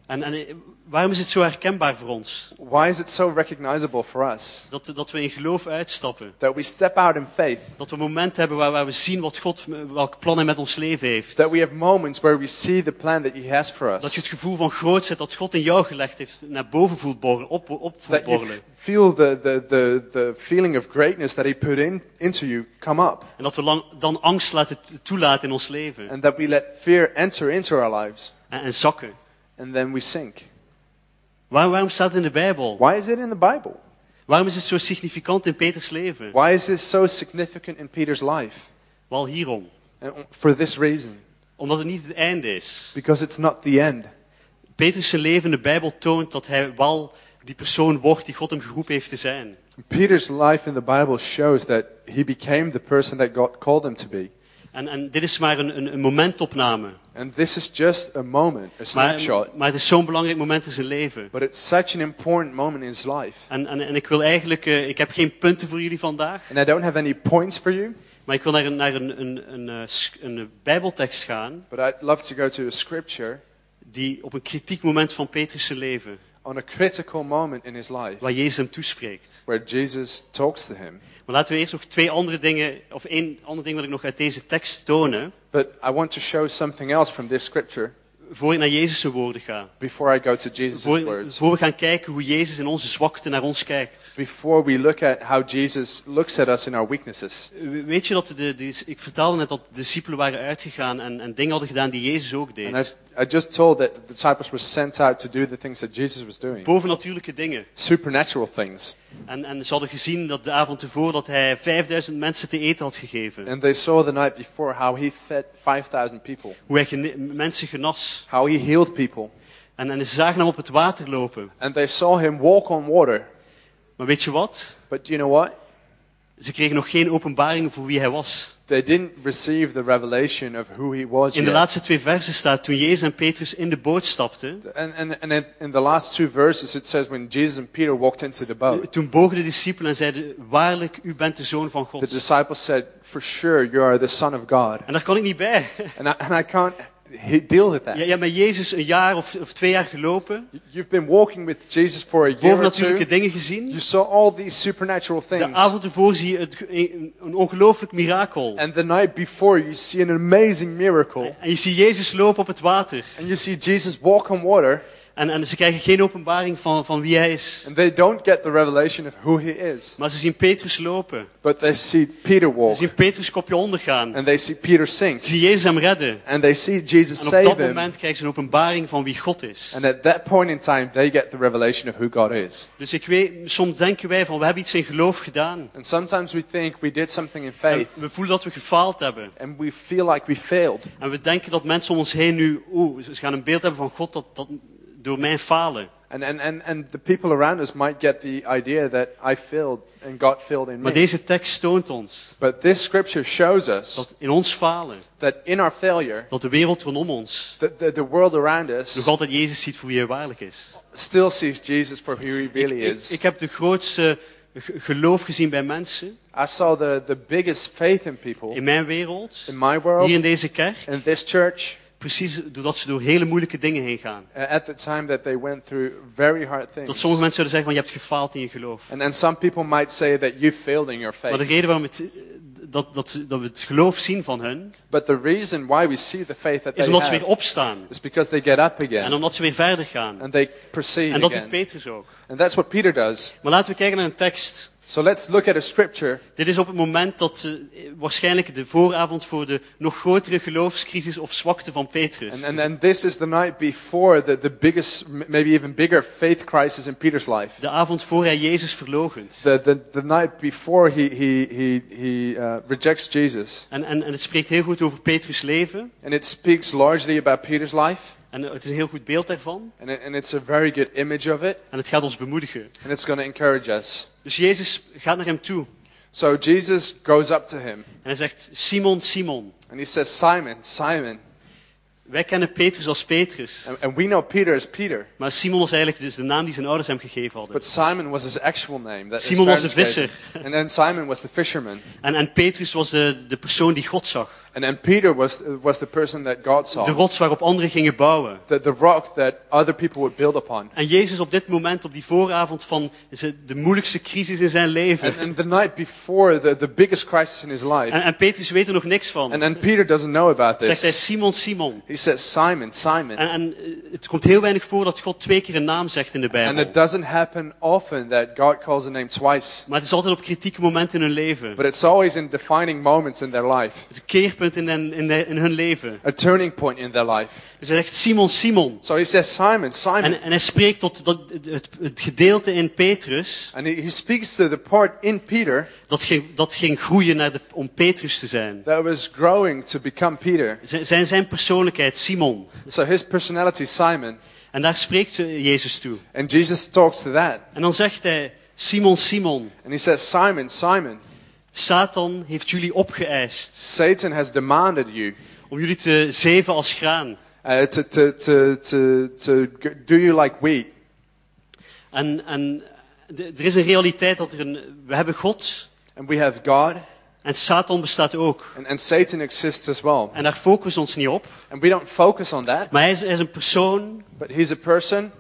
S1: En, en eh, waarom is het zo herkenbaar voor ons?
S2: Why is it so recognizable for us
S1: Dat, dat we in geloof uitstappen.
S2: that we step out in faith,
S1: Dat we momenten hebben waar, waar we zien wat God, welk plan hij met ons leven heeft.
S2: that we have moments where we see the plan that he has for
S1: Dat je
S2: us?
S1: het gevoel van grootheid dat God in jou gelegd heeft naar boven voelt borrelen, op, op voelt
S2: that you f-
S1: borrelen.
S2: feel the, the, the, the feeling of greatness that he put in, into you come up
S1: En dat we lang, dan angst laten t- toelaten in ons leven. En,
S2: and that we let fear enter into our lives
S1: en zakken.
S2: and then we sink.
S1: Waar, waarom staat het in de Bijbel?
S2: Why is it in the Bible?
S1: Waarom is het zo significant in Peters leven?
S2: Why is this so significant in Peter's life?
S1: Wel hierom.
S2: And for this reason,
S1: Omdat het niet het einde is.
S2: because it's not the end.
S1: Petrus zijn leven in de Bijbel toont dat hij wel die persoon wordt die God hem geroepen heeft te zijn.
S2: Peter's life in the Bible shows that he became the person that God called him to be.
S1: En, en dit is maar een, een, een momentopname.
S2: And this is just a moment, a
S1: Maar,
S2: snapshot,
S1: maar het is zo'n belangrijk moment in zijn leven.
S2: but it's such an important moment in his life.
S1: En, en, en ik wil eigenlijk, eh, ik heb geen punten voor jullie vandaag,
S2: And I don't have any points for you,
S1: maar ik wil naar een, naar een, een, een, eh, sk- een, eh, bijbeltekst gaan
S2: but I'd love to go to a scripture
S1: die op een kritiek moment van Petrus' zijn leven,
S2: on a critical moment in his life
S1: waar Jezus hem toespreekt.
S2: where Jesus talks to him.
S1: Maar laten we eerst nog twee andere dingen, of één ander ding wil ik nog uit deze tekst tonen,
S2: But I want to show something else from this scripture
S1: voor ik naar Jezus' woorden ga.
S2: before I go to Jesus'
S1: Voor,
S2: words,
S1: voor we gaan kijken hoe Jezus in onze zwakte naar ons kijkt.
S2: before we look at how Jesus looks at us in our weaknesses.
S1: We- Weet je dat de, de- ik vertelde net dat de discipelen waren uitgegaan en, en dingen hadden gedaan die Jezus ook
S2: And I,
S1: deed.
S2: I just told that the disciples were sent out to do the things that Jesus was doing
S1: Bovennatuurlijke dingen.
S2: supernatural things.
S1: En, en ze hadden gezien dat de avond tevoren dat hij 5000 mensen te eten had gegeven.
S2: And they saw the night before how he fed 5,000 people,
S1: Hoe hij gene- mensen genas.
S2: how he healed people.
S1: En, en ze zagen hem op het water lopen.
S2: And they saw him walk on water.
S1: Maar weet je wat?
S2: But do you know what?
S1: Ze kregen nog geen openbaring voor wie hij was.
S2: They didn't receive the revelation of who he was.
S1: In de
S2: yet.
S1: laatste twee versen staat, toen Jezus en Petrus in de boot stapten,
S2: And, and, and in- in the last two verses, it says when Jesus and Peter walked into the boat,
S1: toen bogen de discipelen en zeiden, waarlijk, u bent de Zoon van
S2: the
S1: God.
S2: disciples said, For sure, you are the Son of God.
S1: En daar kan ik niet bij.
S2: And I, and I can't he- deal with that.
S1: Je, je hebt met Jezus een jaar of, of twee jaar gelopen,
S2: You've been walking with Jesus for a year or
S1: bovennatuurlijke
S2: two.
S1: dingen gezien.
S2: You saw all these supernatural
S1: De
S2: things.
S1: avond ervoor zie je het, een, een ongelooflijk mirakel.
S2: And the night before, you see an amazing miracle.
S1: En je ziet Jezus lopen op het water.
S2: And you see Jesus walk on water,
S1: En, en ze krijgen geen openbaring van, van wie hij is.
S2: and they don't get the revelation of who he is,
S1: Maar ze zien Petrus lopen.
S2: but they see Peter
S1: Ze
S2: walk,
S1: zien Petrus kopje ondergaan.
S2: and they see Peter sink,
S1: Ze zien Jezus hem redden.
S2: and they see Jesus
S1: En op dat
S2: save him.
S1: moment krijgen ze een openbaring van wie God is.
S2: And at that point in time, they get the revelation of who God is.
S1: Dus ik weet, soms denken wij van we hebben iets in geloof gedaan.
S2: And sometimes we think we did something in
S1: En
S2: faith,
S1: we voelen dat we gefaald hebben.
S2: and we feel like we failed.
S1: En we denken dat mensen om ons heen nu, oeh, ze gaan een beeld hebben van God dat, dat door mijn falen.
S2: And, and, and, and the people around us might get the idea that I failed and God failed in
S1: Maar
S2: me.
S1: deze tekst toont ons
S2: But this scripture shows us
S1: dat in ons falen,
S2: that in our failure,
S1: dat de wereld rondom ons
S2: the, the, the world around
S1: nog
S2: us
S1: altijd Jezus ziet voor wie hij waarlijk is.
S2: still sees Jesus for who he really
S1: Ik,
S2: is.
S1: ik heb de grootste ge- geloof gezien bij mensen
S2: I saw the, the biggest faith in people
S1: in mijn wereld,
S2: in my world,
S1: hier in deze kerk,
S2: in this church,
S1: precies doordat ze door hele moeilijke dingen heen gaan.
S2: uh, at the time that they went through very hard
S1: Dat
S2: things.
S1: sommige mensen zouden zeggen van je hebt gefaald in je geloof.
S2: And, and some people might say that you failed in your
S1: Maar de
S2: faith.
S1: reden waarom het, eh, dat, dat, dat we het geloof zien van hun,
S2: But the reason why we see the faith that
S1: is
S2: they
S1: omdat ze weer
S2: have
S1: opstaan.
S2: is because they get up
S1: En
S2: again
S1: omdat ze weer verder gaan.
S2: and they proceed
S1: En dat doet
S2: again.
S1: Petrus ook.
S2: And that's what Peter does.
S1: Maar laten we kijken naar een tekst.
S2: So let's look at a scripture.
S1: Dit is op het moment dat eh, waarschijnlijk de vooravond voor de nog grotere geloofscrisis of zwakte van Petrus.
S2: And, and, and this is the night before the, the biggest, m- maybe even bigger faith crisis in Peter's life.
S1: De avond voor hij Jezus verlogent.
S2: The, the, the night before he, he, he, he uh, rejects Jesus.
S1: En, en, en het spreekt heel goed over Petrus' leven.
S2: And it speaks largely about Peter's life.
S1: En eh, het is een heel goed beeld daarvan.
S2: And, it, and it's a very good image of it.
S1: En het gaat ons bemoedigen.
S2: And it's going to encourage us.
S1: Dus Jezus gaat naar hem toe.
S2: So Jesus goes up to him
S1: En hij zegt, Simon, Simon.
S2: and he says, Simon, Simon.
S1: Wij kennen Petrus als Petrus.
S2: And, and we know Peter is Peter.
S1: Maar Simon was eigenlijk dus de naam die zijn ouders hem gegeven hadden.
S2: But Simon was his actual name. That his
S1: Simon was
S2: parents
S1: a visser.
S2: gave him. And then Simon was the fisherman.
S1: En, en Petrus was de, de persoon die God zag.
S2: And then Peter was, was the person that God saw.
S1: De rots waarop anderen gingen bouwen.
S2: the, the rock that other people would build upon.
S1: En Jezus op dit moment, op die vooravond van ze- de moeilijkste crisis in zijn leven.
S2: And, and the night before, the, the biggest crisis in his life,
S1: En, en Petrus weet er nog niks van.
S2: and, and Peter doesn't know about
S1: Zegt hij,
S2: this.
S1: Simon, Simon.
S2: He says, Simon, Simon.
S1: En, en eh, het komt heel weinig voor dat God twee keer een naam zegt in de
S2: And
S1: Bijbel.
S2: it doesn't happen often that God calls a name twice,
S1: Maar het is altijd op kritieke momenten in hun leven.
S2: but it's always in defining moments in their life,
S1: Het is een keerpunt in hun, in, de- in hun leven.
S2: a turning point in their life.
S1: Dus hij zegt Simon, Simon.
S2: So he says, Simon,
S1: En,
S2: Simon.
S1: en hij spreekt tot dat, het, het gedeelte in Petrus
S2: And he, he speaks to the part in Peter
S1: dat ging, dat ging groeien naar de, om Petrus te zijn.
S2: that was growing to become Peter.
S1: Z- Zijn, zijn persoonlijkheid, Simon.
S2: So his personality, Simon.
S1: En daar spreekt eh, Jezus toe.
S2: And Jesus talks to that.
S1: En dan zegt hij, Simon, Simon,
S2: And he says, Simon, Simon,
S1: Satan heeft jullie opgeëist
S2: Satan has demanded you.
S1: om jullie te zeven als graan.
S2: uh, to, to, to, to, to g- do you like wheat?
S1: En, en d- er is een realiteit dat er een, we hebben God
S2: And we have God,
S1: en Satan bestaat ook.
S2: and, and Satan exists as well.
S1: En daar focussen we ons niet op.
S2: And we don't focus on that,
S1: Maar hij is, hij is een persoon
S2: but he's a person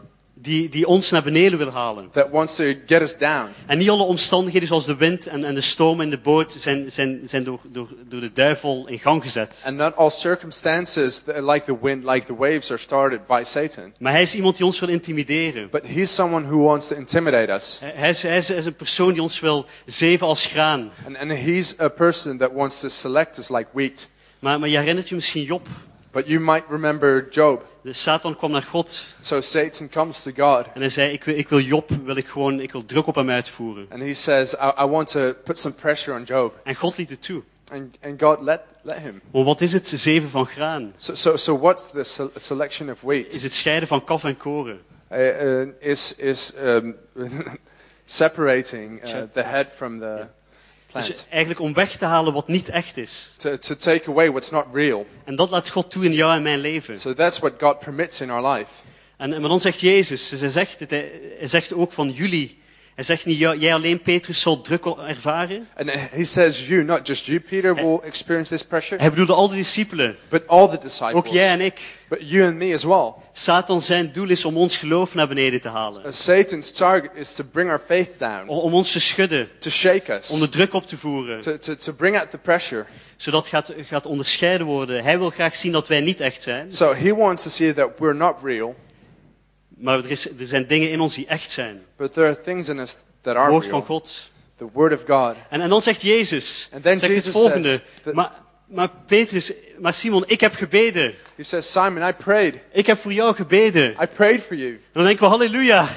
S1: die, die ons naar beneden wil halen.
S2: that wants to get us down.
S1: En niet alle omstandigheden zoals de wind en, en de storm in de boot zijn, zijn, zijn door, door, door de duivel in gang gezet.
S2: And not all circumstances, that are like the wind, like the waves, are started by Satan.
S1: Maar hij is iemand die ons wil intimideren.
S2: But he's someone who wants to intimidate us.
S1: Hij hij is, hij is, hij is een persoon die ons wil zeven als graan.
S2: And, and he's a person that wants to select us like wheat.
S1: Maar, maar je herinnert je misschien Job.
S2: But you might remember Job.
S1: De Satan kwam naar God
S2: So Satan comes to God,
S1: en hij zei, ik wil, ik wil Job, wil ik gewoon, ik wil druk op hem uitvoeren.
S2: and he says, I, I want to put some pressure on Job.
S1: En God liet het toe.
S2: And, and God let, let him.
S1: Maar wat is het zeven van graan?
S2: So, so, so what's the se- selection of wheat?
S1: Is het scheiden van kaf en koren?
S2: Uh, uh, is is um, [LAUGHS] separating uh, the head from the
S1: Dus
S2: plant
S1: eigenlijk om weg te halen wat niet echt is.
S2: to, to take away what's not real.
S1: En dat laat God toe in jou en mijn leven.
S2: So that's what God permits in our life.
S1: En, en maar dan zegt Jezus, dus hij zegt, het, hij, hij zegt ook van jullie. Hij zegt niet, "Ja, jij alleen, Petrus, zal druk o- ervaren.
S2: And uh, he says, You, not just you, Peter, will experience this pressure,
S1: Hij bedoelde al de discipelen,
S2: but all the
S1: ook jij
S2: disciples.
S1: en ik.
S2: But you and me as well.
S1: Satan zijn doel is om ons geloof naar beneden te halen.
S2: And Uh, Satan's target is to bring our faith
S1: Om,
S2: down,
S1: om ons te schudden,
S2: to shake
S1: om
S2: us,
S1: de druk op te voeren.
S2: to, to, to bring out the pressure.
S1: Zodat gaat, gaat onderscheiden worden. Hij wil graag zien dat wij niet echt zijn.
S2: So he wants to see that we're not real,
S1: Maar er, is, er zijn dingen in ons die echt zijn.
S2: but there are things in us that are
S1: Woord van
S2: real.
S1: God.
S2: The Word of God.
S1: En, en dan zegt Jezus,
S2: And then
S1: zegt het
S2: Jesus
S1: volgende.
S2: says that-
S1: Maar, maar Petrus, maar Simon, ik heb gebeden.
S2: He says, Simon, I prayed.
S1: Ik heb voor jou gebeden.
S2: I prayed for you. [LAUGHS]
S1: Dan denken we, halleluja. [LAUGHS]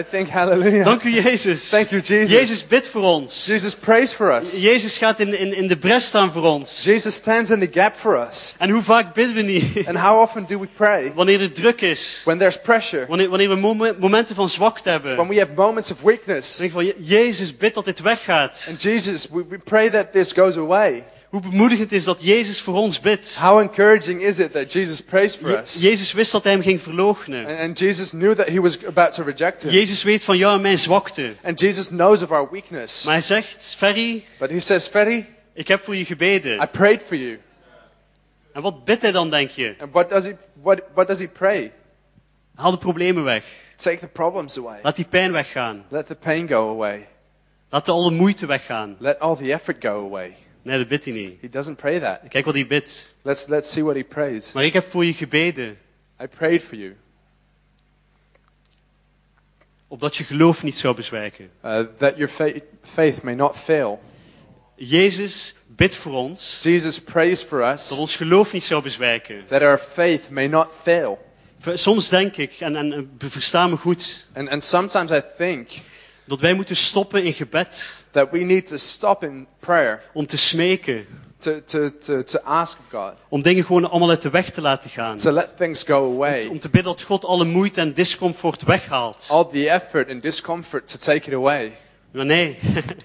S2: I think, hallelujah.
S1: Dank u Jezus.
S2: Thank you, Jesus.
S1: Jezus bidt voor ons.
S2: Jesus prays for us.
S1: Jezus gaat in, in, in de bres staan voor ons.
S2: Jesus stands in the gap for us.
S1: En hoe vaak bidden we niet?
S2: And how often do we pray?
S1: Wanneer er druk is.
S2: When there's pressure,
S1: Wanneer, wanneer we momen- momenten van zwakte hebben.
S2: when
S1: Dan
S2: we have moments of weakness.
S1: denk ik van, Je- Jezus bidt dat dit weggaat.
S2: And Jesus, we, we pray that this goes away.
S1: Hoe bemoedigend is dat Jezus voor ons bidt.
S2: How encouraging is it that Jesus prays for
S1: Je-
S2: us?
S1: Jezus wist dat hij hem ging verloochenen.
S2: And, and Jesus knew that he was about to reject him.
S1: Jezus weet van jou en mijn zwakte.
S2: And Jesus knows of our weakness.
S1: Maar hij zegt, Ferry,
S2: But he says, Ferry,
S1: ik heb voor je gebeden.
S2: I prayed for you.
S1: En wat bidt hij dan, denk je?
S2: And what does he, what, what does he pray?
S1: Haal de problemen weg.
S2: Take the problems away.
S1: Laat die pijn weggaan.
S2: Let the pain go away.
S1: Laat de alle moeite weggaan.
S2: Let all the effort go away.
S1: Nee, dat bidt hij niet.
S2: He doesn't pray that.
S1: Kijk wat hij bidt.
S2: Let's, let's see what he prays.
S1: Maar ik heb voor je gebeden,
S2: I prayed for you,
S1: opdat je geloof niet zou bezwijken.
S2: uh, that your fa- faith may not fail.
S1: Jezus bidt voor ons,
S2: Jesus prays for
S1: dat
S2: us,
S1: ons geloof niet zou bezwijken.
S2: that our faith may not fail.
S1: V- Soms denk ik, en, en en versta me goed,
S2: And, and sometimes I think
S1: dat wij moeten stoppen in gebed
S2: that we need to stop in prayer
S1: om te smeken.
S2: to, to, to, to ask of God,
S1: Om dingen gewoon allemaal uit de weg te laten gaan.
S2: to let things go
S1: Om
S2: away,
S1: te bidden dat God alle moeite en discomfort weghaalt.
S2: all the effort and discomfort to take it away.
S1: Maar nee,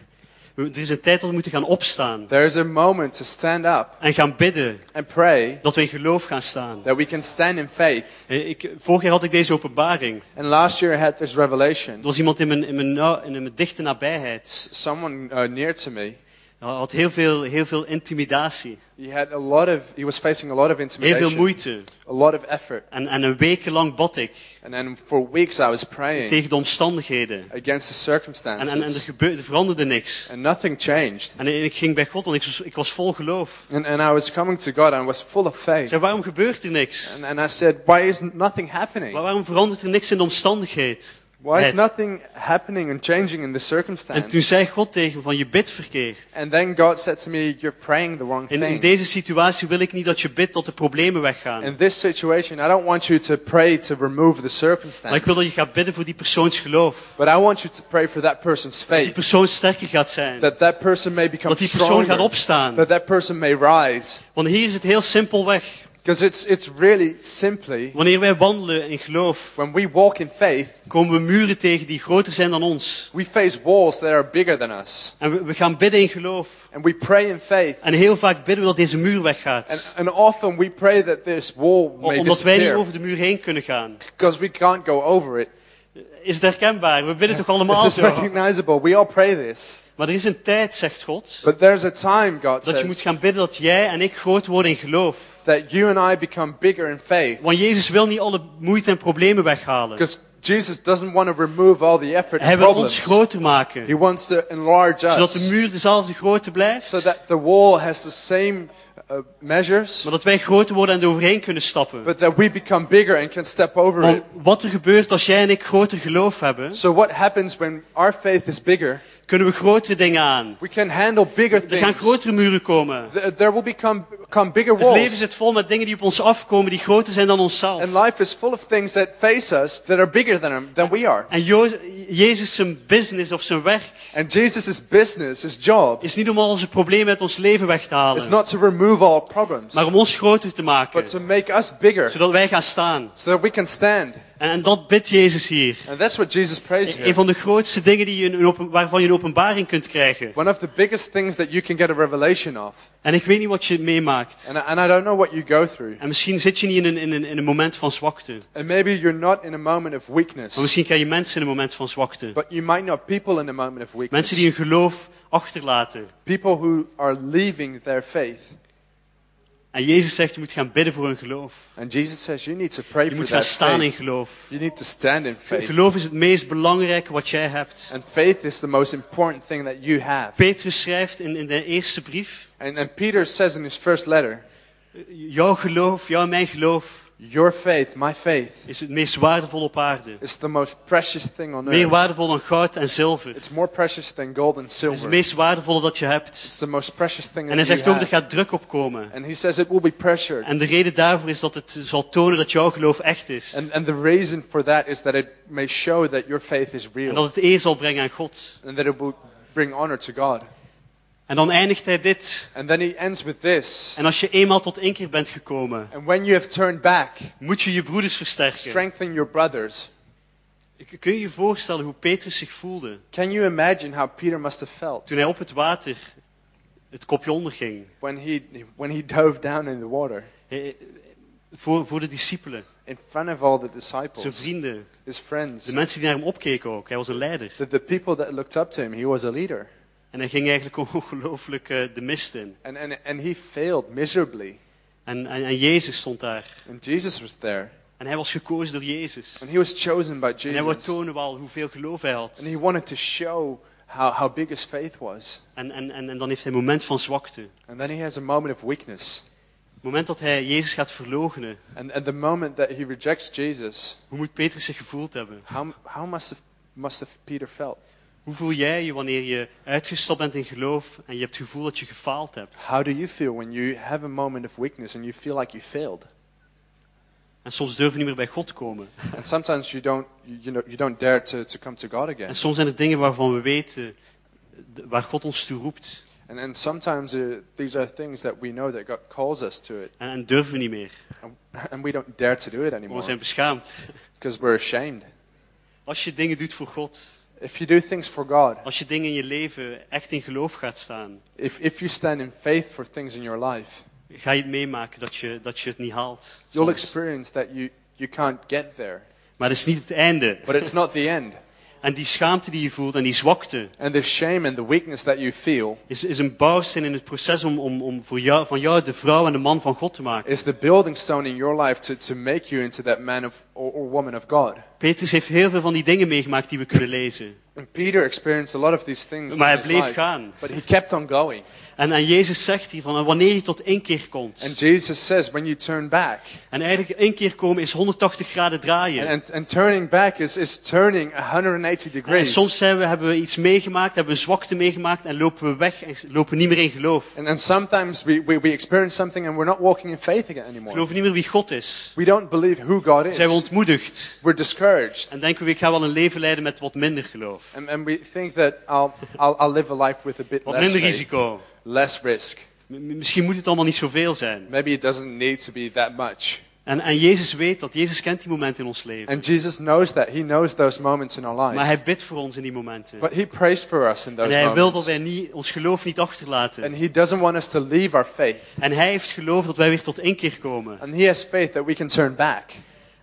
S1: [LAUGHS] er is een tijd dat we moeten gaan opstaan
S2: There is a moment to stand up
S1: en gaan bidden
S2: and pray
S1: dat we in geloof gaan staan.
S2: that we can stand in faith.
S1: Eh, Ik, vorig jaar had ik deze openbaring.
S2: And last year I had this
S1: Er
S2: revelation.
S1: was iemand in mijn, in mijn, nou- in mijn dichte nabijheid.
S2: S- Someone uh, near to me,
S1: Hij had heel veel, heel veel intimidatie,
S2: he had a lot of, he was facing a lot of
S1: heel veel
S2: intimidation,
S1: moeite.
S2: a lot of effort.
S1: En, en een wekenlang bad ik
S2: And then for weeks I was praying
S1: tegen de omstandigheden.
S2: against the
S1: En, en, en er,
S2: circumstances,
S1: gebeurde, er veranderde niks.
S2: and nothing changed.
S1: En ik ging bij God, want ik was, ik was vol geloof.
S2: And, and I was coming to God and I was full of
S1: Ik
S2: faith.
S1: zei, waarom gebeurt er niks?
S2: And, and I said, Why is nothing
S1: Waar-
S2: happening?
S1: waarom verandert er niks in de omstandigheid?
S2: Why is
S1: Het.
S2: nothing happening and changing in this
S1: En toen
S2: circumstance?
S1: zei God tegen me van, je bidt verkeerd.
S2: And then God said to me, You're praying the wrong
S1: In, in
S2: thing.
S1: deze situatie wil ik niet dat je bidt dat de problemen weggaan.
S2: In this situation, I don't want you to pray to remove the
S1: Maar ik wil
S2: circumstance,
S1: dat je gaat bidden voor die persoons geloof.
S2: but I want you to pray for that person's
S1: Dat die
S2: faith.
S1: persoon sterker gaat zijn.
S2: That that person may become
S1: Dat die persoon gaat
S2: stronger.
S1: opstaan.
S2: That that person may rise.
S1: Want hier is het heel simpel weg.
S2: Because it's, it's really simply,
S1: Wanneer wij wandelen in geloof,
S2: when we walk in faith,
S1: komen we muren tegen die groter zijn dan ons.
S2: We face walls that are bigger than us,
S1: En we, we gaan bidden in geloof.
S2: and we pray in faith,
S1: En heel vaak bidden we dat deze muur
S2: and,
S1: weggaat.
S2: and often we pray that this wall
S1: O-
S2: may
S1: Omdat wij niet
S2: disappear
S1: over de muur heen kunnen gaan.
S2: because we can't go over it.
S1: Is het herkenbaar? We bidden toch allemaal
S2: This [LAUGHS] is
S1: zo?
S2: recognizable. We all pray this,
S1: Maar er is een tijd, zegt God,
S2: but there's a time, God
S1: dat je moet
S2: says,
S1: gaan bidden dat jij en ik groot worden in geloof.
S2: that you and I become bigger in faith,
S1: Want Jezus wil niet alle moeite en problemen weghalen.
S2: because Jesus doesn't want to remove all the effort
S1: Hij
S2: and
S1: wil ons
S2: problems.
S1: groter
S2: He
S1: maken,
S2: wants to enlarge
S1: zodat de
S2: us,
S1: muur dezelfde grootte blijft,
S2: so that the wall has the same uh, measures,
S1: maar dat wij groter worden en eroverheen kunnen stappen.
S2: but that we become bigger and can step over
S1: Want
S2: it.
S1: wat er gebeurt als jij en ik groter geloof hebben,
S2: So what happens when our faith is bigger?
S1: kunnen we grotere dingen aan.
S2: We can handle bigger
S1: Er gaan
S2: things.
S1: grotere muren komen.
S2: Th- There will become, come bigger
S1: Het leven
S2: walls.
S1: zit vol met dingen die op ons afkomen die groter zijn dan
S2: And
S1: onszelf.
S2: life is full of things that face us that are bigger than, than we are.
S1: En Jo- Jezus zijn business of zijn werk
S2: And Jesus' business, his job,
S1: is niet om al onze problemen uit ons leven weg te
S2: is
S1: halen,
S2: not to remove all problems,
S1: maar om ons groter te
S2: but
S1: maken,
S2: to make us bigger
S1: zodat wij gaan staan.
S2: so that we can stand.
S1: En, en dat bidt Jezus hier.
S2: And that's what Jesus prays
S1: Een
S2: here.
S1: van de grootste dingen die je in een open- waarvan je een openbaring kunt krijgen.
S2: One of the biggest things that you can get a revelation of.
S1: En ik weet niet wat je meemaakt.
S2: And I, and I don't know what you go through.
S1: En misschien zit je niet in een, in een, in een moment van zwakte.
S2: And maybe you're not in a moment of
S1: Maar
S2: weakness.
S1: misschien ken je mensen in een moment van zwakte.
S2: But you might know people in a moment of
S1: Mensen die
S2: weakness.
S1: hun geloof achterlaten.
S2: People who are leaving their faith.
S1: En Jezus zegt, je moet gaan bidden voor hun geloof.
S2: And Jesus says you need to pray
S1: Je
S2: for
S1: moet gaan
S2: that
S1: staan in
S2: faith.
S1: geloof.
S2: You need to stand in faith.
S1: Geloof is het meest belangrijke wat jij hebt.
S2: And faith is the most important thing that you have.
S1: Petrus schrijft in, in de eerste brief,
S2: And, and Peter says in his first letter,
S1: jouw geloof, jouw en mijn geloof,
S2: Your faith, my faith,
S1: is het meest waardevol op aarde.
S2: is the most precious thing on
S1: Meer
S2: earth.
S1: waardevol dan goud en zilver. Het
S2: It's more precious than gold and
S1: is het
S2: silver.
S1: meest waardevolle dat je hebt.
S2: It's the most precious thing
S1: En
S2: that
S1: hij
S2: you
S1: zegt ook, er
S2: have.
S1: gaat druk op komen.
S2: And he says it will be pressured.
S1: En de reden daarvoor is dat het zal tonen dat jouw geloof echt is.
S2: And, and the reason for that is that it may show that your faith is
S1: En
S2: real
S1: dat het eer zal brengen aan God.
S2: and that it will bring honor to God.
S1: En dan eindigt hij dit.
S2: And then he ends with this.
S1: En als je eenmaal tot inkeer bent gekomen,
S2: And when you have turned back,
S1: moet je je broeders versterken.
S2: strengthen your brothers.
S1: K- Kun je je voorstellen hoe Petrus zich voelde
S2: Can you imagine how Peter must have felt
S1: toen hij op het water het kopje onderging?
S2: when he, when he [LAUGHS] dove down in the water
S1: Hij- Voor, voor de discipelen,
S2: in front of all the
S1: zijn
S2: disciples,
S1: vrienden,
S2: his
S1: de
S2: friends,
S1: mensen die naar hem opkeken ook. Hij was een leider.
S2: the, the people that looked up to him? He was a leader.
S1: En hij ging eigenlijk [LAUGHS] ongelooflijk eh, de mist in.
S2: And, and, and he failed miserably.
S1: En, en, en Jezus stond daar.
S2: And Jesus was there.
S1: En hij was gekozen door Jezus.
S2: And he was chosen by
S1: En hij wou
S2: Jesus.
S1: tonen wel hoeveel geloof hij had.
S2: And he wanted to show how, how big his faith was.
S1: En, en, en, en dan heeft hij een moment van zwakte. Het
S2: And then he has a moment of weakness.
S1: moment dat hij Jezus gaat verloochenen.
S2: And at the moment that he rejects Jesus,
S1: Hoe moet Petrus zich gevoeld hebben?
S2: how, how must, have, must have Peter felt?
S1: Hoe voel jij je wanneer je uitgestapt bent in geloof en je hebt het gevoel dat je gefaald hebt?
S2: How do you feel when you have a moment of weakness and you feel like you failed?
S1: En soms durven we niet meer bij God komen.
S2: And sometimes you don't, you, you know, you don't dare to, to come to God again.
S1: En soms zijn er dingen waarvan we weten d- waar God ons toe roept.
S2: And, and sometimes uh, these are things that we know that God calls us to it,
S1: En, en durven we niet meer,
S2: and, and we don't dare to do it
S1: want we
S2: anymore
S1: zijn beschaamd.
S2: because we're ashamed.
S1: Als je dingen doet voor God,
S2: If you do things for God,
S1: als je dingen in je leven echt in geloof gaat staan,
S2: if, if you stand in faith for things in your life,
S1: ga je het meemaken dat je, dat je het niet haalt.
S2: you'll
S1: Soms.
S2: experience that you, you can't get there.
S1: Maar dat is niet het einde.
S2: But it's not the end.
S1: En die schaamte die je voelt en die zwakte,
S2: And the shame and the weakness that you feel
S1: is, is een bouwsteen in het proces om, om, om voor jou, van jou de vrouw en de man van God te maken.
S2: is the building stone in your life to, to make you into that man of, or, or woman of God.
S1: Petrus heeft heel veel van die dingen meegemaakt die we kunnen lezen.
S2: And Peter experienced a lot of these things
S1: Maar
S2: in
S1: hij
S2: his
S1: bleef
S2: life,
S1: gaan.
S2: but he kept on going.
S1: En, en Jezus zegt hier van, en wanneer je tot inkeer
S2: And
S1: komt.
S2: Jesus says, when you turn back,
S1: En eigenlijk inkeer komen is 180 graden draaien.
S2: and,
S1: En,
S2: and, and turning back is, is turning 180 degrees.
S1: soms zijn we, hebben we iets meegemaakt, hebben we een zwakte meegemaakt en lopen we weg en s- lopen niet meer in geloof.
S2: and, and sometimes we, we, we experience something and we're not walking in faith
S1: We
S2: again anymore.
S1: geloven niet meer wie God is.
S2: We don't believe who God is.
S1: Zijn we ontmoedigd.
S2: We're discouraged.
S1: En denken we, ik ga wel een leven leiden met wat minder geloof.
S2: And, and we think that I'll, I'll, I'll live a life with a bit
S1: Wat
S2: less
S1: minder
S2: faith,
S1: risico.
S2: less risk.
S1: M- m- misschien moet het allemaal niet zoveel zijn.
S2: Maybe it doesn't need to be that much.
S1: En, en Jezus weet dat. Jezus kent die momenten in ons leven.
S2: And Jesus knows that. He knows those moments in our
S1: Maar
S2: life.
S1: hij bidt voor ons in die momenten.
S2: But He prays for us in
S1: En
S2: those
S1: hij wil dat
S2: moments.
S1: wij niet, ons geloof niet achterlaten.
S2: And He doesn't want us to leave our faith.
S1: En hij heeft geloof dat wij weer tot inkeer komen.
S2: And He has faith that we can turn back.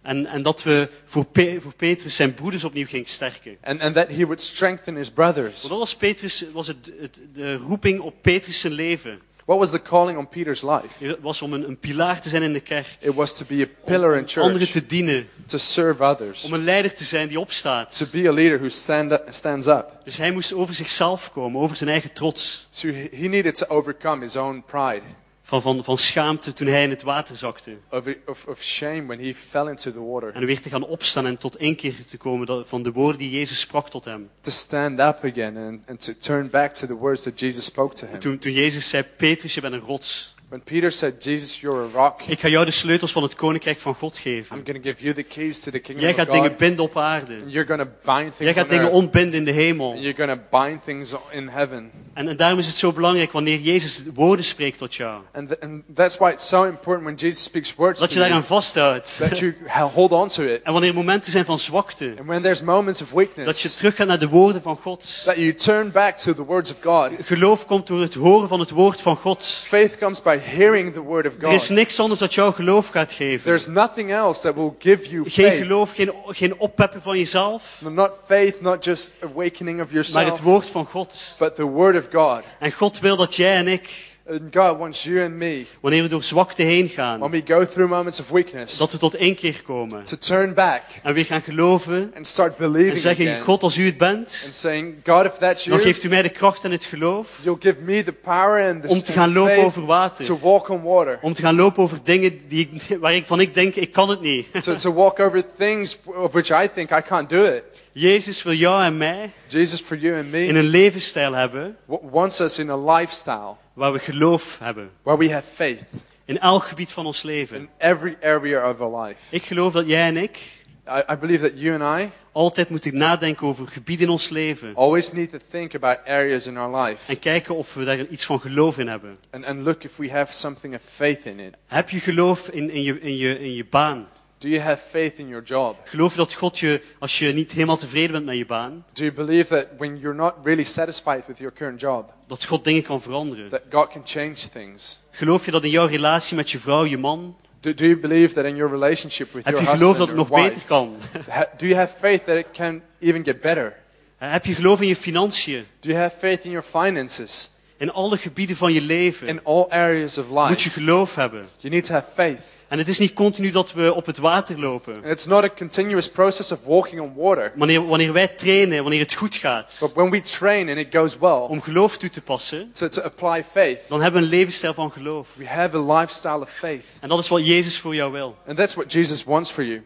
S1: En, en dat we voor, Pe- voor Petrus zijn broeders opnieuw gingen sterken.
S2: And, and that He would strengthen His brothers.
S1: Want dat was, Petrus, was het, het, de roeping op Petrus zijn leven.
S2: What was the calling on Peter's life?
S1: Het was om een, een pilaar te zijn in de kerk.
S2: It was to be a
S1: Om,
S2: pillar in
S1: om anderen
S2: church,
S1: te dienen.
S2: to serve others,
S1: Om een leider te zijn die opstaat.
S2: to be a leader who stand up, stands up.
S1: Dus hij moest over zichzelf komen, over zijn eigen trots.
S2: So he he needed to overcome his own pride
S1: Van, van, van schaamte toen hij in het water zakte.
S2: of, of, of shame when he fell into the water.
S1: En weer te gaan opstaan en tot inkeer te komen dat- van de woorden die Jezus sprak tot hem.
S2: to stand up again and, and to turn back to the words that Jesus spoke to him.
S1: Toen, toen Jezus zei, Petrus, je bent een rots.
S2: When Peter said, Jesus, you're a rock,
S1: Ik ga jou de sleutels van het koninkrijk van God
S2: I'm
S1: geven.
S2: going to give you the keys to the kingdom
S1: Jij
S2: of
S1: gaat
S2: God.
S1: dingen binden op aarde.
S2: and you're going to bind
S1: Jij
S2: things
S1: gaat
S2: on
S1: dingen
S2: earth,
S1: ontbinden in de hemel.
S2: and you're going to bind things in heaven.
S1: En, en daarom is het zo belangrijk wanneer Jezus woorden spreekt tot jou.
S2: And, th- and that's why it's so important when Jesus speaks words
S1: Dat
S2: to
S1: je
S2: you,
S1: daaraan vasthoudt.
S2: that you ha- hold on to it.
S1: [LAUGHS] En wanneer momenten zijn van zwakte.
S2: And when there's moments of weakness,
S1: Dat je teruggaat naar de woorden van God.
S2: that you turn back to the words of God.
S1: Geloof komt door het horen van het woord van God.
S2: Faith comes by hearing the word of
S1: Er
S2: God.
S1: is niks anders dat jou geloof gaat geven.
S2: There's nothing else that will give you
S1: Geen
S2: faith.
S1: geloof, geen, geen oppeppen van jezelf.
S2: Not faith, not just awakening of
S1: Maar het
S2: yourself,
S1: woord van God.
S2: but the word of God.
S1: En God wil dat jij en ik,
S2: And God wants you and me,
S1: wanneer we door zwakte heen gaan,
S2: when we go through moments of weakness,
S1: dat we tot één keer komen.
S2: to turn back
S1: En weer gaan geloven.
S2: and start
S1: En
S2: believing
S1: zeggen,
S2: again.
S1: God, als u het bent,
S2: And saying, God, if that's
S1: dan
S2: you,
S1: geeft u mij de kracht en het geloof
S2: you'll give me the power and the
S1: om te gaan lopen
S2: faith
S1: over
S2: to
S1: water.
S2: walk on water,
S1: Om te gaan lopen over dingen die ik, waar ik van ik denk, ik kan het niet.
S2: to, to walk over things of which I think I can't do it.
S1: Jezus wil jou en mij
S2: Jesus, for you and
S1: in
S2: me,
S1: een levensstijl hebben
S2: w- wants us in a lifestyle
S1: waar we geloof hebben.
S2: where we have faith
S1: In elk gebied van ons
S2: in
S1: leven.
S2: every area of our life.
S1: Ik geloof dat jij en ik
S2: I, I believe that you and I
S1: altijd moeten nadenken over gebieden in ons leven.
S2: always need to think about areas in our life
S1: En kijken of we daar iets van geloof in hebben.
S2: and, and look if we have something of faith in it.
S1: Heb je geloof in, in, je, in, je, in je baan?
S2: Do you have faith in your job?
S1: Geloof je dat God je, als je niet helemaal tevreden bent met je baan,
S2: Do you believe that when you're not really satisfied with your current job,
S1: dat God dingen kan veranderen?
S2: that God can change things?
S1: Geloof je dat in jouw relatie met je vrouw, je man,
S2: Do, do you believe that in your relationship with
S1: heb
S2: your
S1: je geloof dat
S2: husband
S1: het
S2: or
S1: nog beter
S2: wife,
S1: kan?
S2: ha- do you have faith that it can even get better?
S1: Eh, Heb je geloof in je financiën?
S2: Do you have faith in your finances?
S1: In alle gebieden van je
S2: In
S1: leven
S2: all areas of
S1: moet je
S2: life,
S1: geloof hebben.
S2: you need to have faith.
S1: En het is niet continu dat we op het water lopen.
S2: And it's not a continuous process of walking on water,
S1: Wanneer, wanneer wij trainen, wanneer het goed gaat,
S2: but when we train and it goes well,
S1: om geloof toe te passen,
S2: to, to apply faith,
S1: dan hebben we een levensstijl van geloof.
S2: we have a lifestyle of faith.
S1: En dat is wat Jezus voor jou wil.
S2: And that's what Jesus wants for you.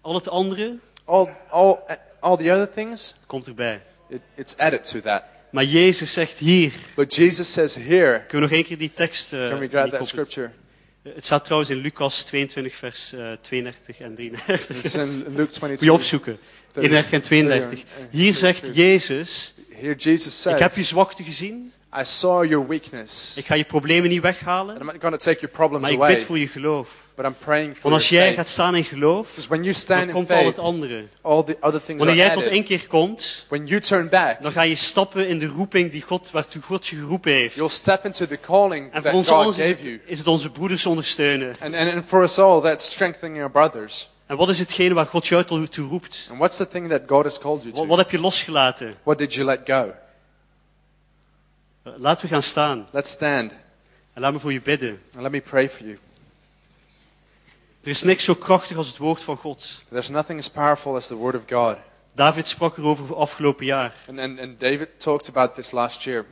S1: Al het andere
S2: All, all, all the other things,
S1: komt erbij.
S2: it, it's added to that.
S1: Maar Jezus zegt hier,
S2: But Jesus says here,
S1: kunnen we nog één keer die tekst... eh,
S2: can we
S1: die
S2: grab that
S1: koppelt?
S2: scripture?
S1: het staat trouwens in Lucas 22 vers eh, 32 en 33.
S2: [LAUGHS] It's in Luke
S1: Moet je
S2: 22.
S1: opzoeken. 31 en 32. Hier zegt Jezus,
S2: Here Jesus
S1: ik heb je
S2: says,
S1: zwakte gezien.
S2: I saw your weakness.
S1: Ik ga je problemen niet
S2: And
S1: weghalen.
S2: I'm not going to take your problems
S1: Maar ik bid
S2: away,
S1: voor je geloof.
S2: but I'm praying for
S1: Want als
S2: your
S1: jij
S2: faith.
S1: gaat staan in geloof,
S2: Because when you stand
S1: dan
S2: in
S1: komt al het
S2: faith,
S1: andere.
S2: all the other things are
S1: Wanneer jij tot
S2: added.
S1: één keer komt,
S2: When you turn back,
S1: dan ga je stappen in de roeping die God, waartoe God je geroepen heeft.
S2: you'll step into the calling
S1: En
S2: that
S1: voor ons
S2: God
S1: allen is
S2: gave
S1: het,
S2: you.
S1: is het onze broeders ondersteunen.
S2: And, and, and for us all, that's strengthening our brothers.
S1: En wat is hetgene waar God jou toe toe roept?
S2: And what's the thing that God has called you
S1: Wat, wat
S2: to?
S1: heb je losgelaten?
S2: What did you let go?
S1: Eh, Laten we gaan staan
S2: Let's stand
S1: en laat me voor je bidden.
S2: and let me pray for you.
S1: Er is niks zo krachtig als het woord van God.
S2: There's nothing as powerful as the Word of God.
S1: David sprak erover afgelopen jaar.
S2: And, and, and David talked about this last year.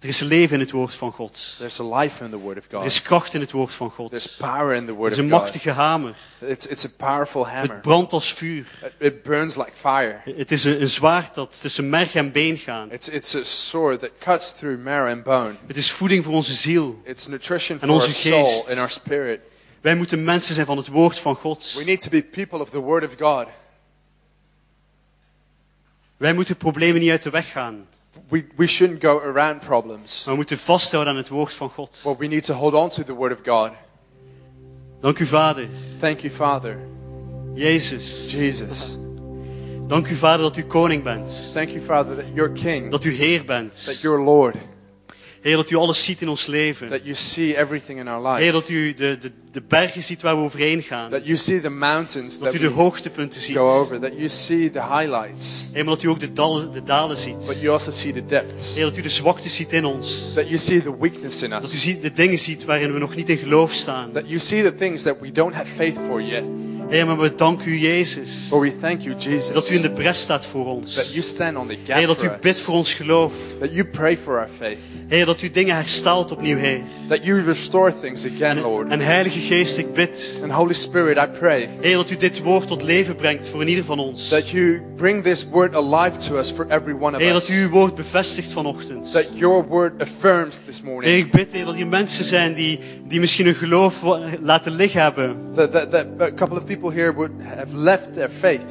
S1: Er is leven in het woord van God.
S2: There's a life in the Word of
S1: Er
S2: God.
S1: is kracht in het woord van God.
S2: There's
S1: Het
S2: power in the Word
S1: is een
S2: of God.
S1: machtige hamer.
S2: It's, it's a powerful
S1: Het
S2: hammer.
S1: brandt als vuur.
S2: It, it burns like fire.
S1: Het is een, een zwaard dat tussen merg en been gaat.
S2: It's, it's a sword that cuts through marrow and bone.
S1: Het is voeding voor onze ziel.
S2: It's nutrition
S1: En
S2: for our
S1: onze
S2: soul
S1: geest.
S2: and our spirit.
S1: Wij moeten mensen zijn van het woord van God.
S2: We need to be people of the Word of God.
S1: Wij moeten problemen niet uit de weg gaan.
S2: We, we shouldn't go around problems.
S1: Maar we moeten vasthouden aan het woord van God.
S2: But we need to hold on to the Word of God.
S1: Dank u, Vader.
S2: Thank you, Father.
S1: Jezus.
S2: Jesus.
S1: Dank u, Vader, dat u koning bent.
S2: Thank you, Father, that you're King,
S1: Dat u Heer
S2: that
S1: bent.
S2: you're Lord,
S1: Heer, dat u alles ziet in ons leven.
S2: that you see everything in our
S1: Heer,
S2: life,
S1: dat u de, de, de bergen ziet waar we overheen gaan.
S2: that you see the mountains
S1: Dat
S2: that
S1: u de
S2: we
S1: hoogtepunten ziet.
S2: go over, that you see the highlights,
S1: Heer, maar dat u ook de dalen, de dalen ziet.
S2: but you also see the depths,
S1: Heer, dat u de zwakte ziet in ons.
S2: that you see the weakness in
S1: Dat u
S2: us,
S1: ziet, de dingen ziet waarin we nog niet in geloof staan.
S2: that you see the things that we don't have faith for yet.
S1: Heer, maar we danken u, Jezus.
S2: But we thank you, Jesus,
S1: Dat u in de bres staat voor ons.
S2: that you stand on the gap
S1: Heer, dat u
S2: for
S1: bidt
S2: us,
S1: voor ons geloof.
S2: that you pray for our faith,
S1: Heer, dat u dingen herstelt opnieuw, Heer.
S2: that you restore things again,
S1: En,
S2: Lord.
S1: en Heilige Geest, ik bid.
S2: And Holy Spirit, I pray
S1: Heer, dat u dit woord tot leven brengt voor een ieder van ons.
S2: that you Bring this word alive to us for every one of
S1: Heer, dat
S2: us.
S1: u uw woord bevestigt vanochtend.
S2: That your word affirms this
S1: Heer,
S2: morning.
S1: ik bid, Heer, dat hier mensen zijn die, die misschien hun geloof wa- laten liggen hebben.
S2: That, that, that a couple of people here would have left their faith,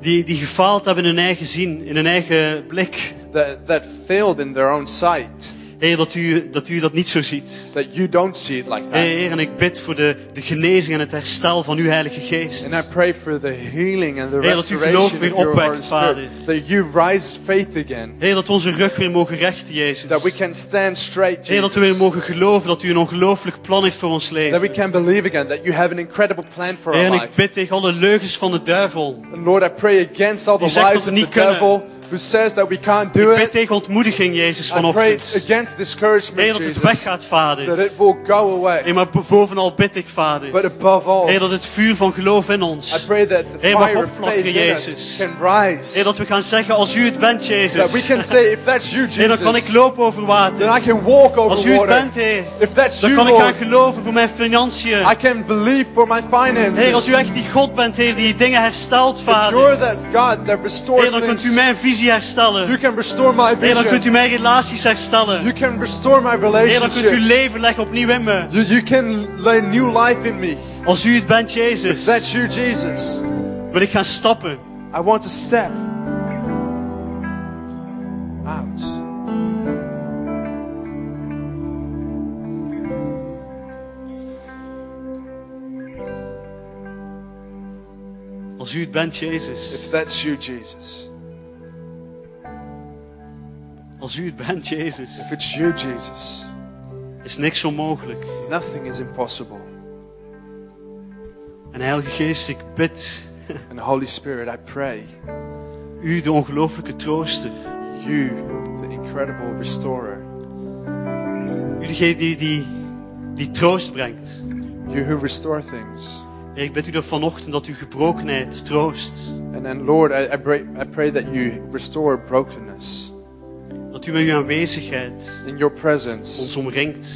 S1: Die, die gefaald hebben in hun eigen zin, in hun eigen blik.
S2: that, that failed in their own sight,
S1: Heer, dat u dat, u dat niet zo ziet.
S2: that you don't see it like that.
S1: Heer, en ik bid voor de, de genezing en het herstel van uw Heilige Geest.
S2: And I pray for the healing and the
S1: Heer, dat uw geloof
S2: restoration of
S1: weer
S2: your Holy
S1: opwekt, Vader.
S2: Spirit. That you rise faith again.
S1: Heer, dat we onze rug weer mogen rechten,
S2: That we
S1: Jezus.
S2: can stand straight,
S1: Heer, dat we weer
S2: Jesus.
S1: mogen geloven dat u een ongelooflijk plan heeft voor ons
S2: That we
S1: leven.
S2: can believe again that you have an incredible plan for
S1: Heer,
S2: our
S1: en ik
S2: life.
S1: bid tegen alle leugens van de duivel.
S2: And Lord, I pray against all the
S1: Die zegt
S2: lies
S1: dat
S2: of
S1: we
S2: the
S1: niet kunnen.
S2: devil who says that we can't do
S1: Ik bid
S2: it.
S1: tegen ontmoediging, Jezus,
S2: I pray
S1: vanochtend.
S2: against
S1: Heer,
S2: discouragement,
S1: dat het
S2: Jesus,
S1: weggaat, Vader.
S2: that it will go
S1: Heer,
S2: away.
S1: maar bovenal bid ik, Vader.
S2: But above all,
S1: Heer, dat het vuur van geloof in
S2: I
S1: ons.
S2: pray that the
S1: Heer, mag
S2: fire of
S1: opvlakken,
S2: faith in
S1: Jezus.
S2: us can rise.
S1: Heer, dat we gaan zeggen, als u het bent,
S2: That we
S1: Jezus.
S2: can say, if that's you,
S1: Heer, dan kan ik
S2: Jesus,
S1: lopen over
S2: then
S1: water.
S2: I can walk
S1: Als u
S2: over
S1: het
S2: water.
S1: bent, Heer,
S2: If that's
S1: dan
S2: you,
S1: kan ik gaan
S2: Lord,
S1: geloven voor mijn financiën.
S2: I can believe for my finances.
S1: Heer, als u echt die God bent, Heer, die dingen herstelt,
S2: If
S1: Vader.
S2: you're that God that restores
S1: Heer, dan kunt u
S2: things,
S1: mijn visie
S2: you
S1: herstellen.
S2: can restore my
S1: Heer, dan kunt u
S2: vision.
S1: mijn relaties
S2: You
S1: herstellen.
S2: can restore my
S1: Heer, dan kunt u
S2: relationships.
S1: leven leggen opnieuw in me.
S2: You, you can lay new life in me.
S1: Als u het bent,
S2: If
S1: Jezus,
S2: that's you, Jesus,
S1: wil ik gaan stappen.
S2: I want to step out.
S1: Als u het bent, Jezus.
S2: If that's you, Jesus,
S1: Als u het bent, Jezus,
S2: if it's you, Jesus,
S1: is niks onmogelijk.
S2: nothing is impossible.
S1: En Heilige Geest, ik bid
S2: And Holy Spirit, I pray,
S1: u, de ongelooflijke trooster.
S2: you, the incredible restorer,
S1: U, degene die, die, die troost brengt.
S2: you who restore things.
S1: Heer, ik bid u dat vanochtend dat uw gebrokenheid troost.
S2: And, and Lord, I, I, pray, I pray that you restore brokenness
S1: Dat u met uw aanwezigheid
S2: in your presence,
S1: ons omringt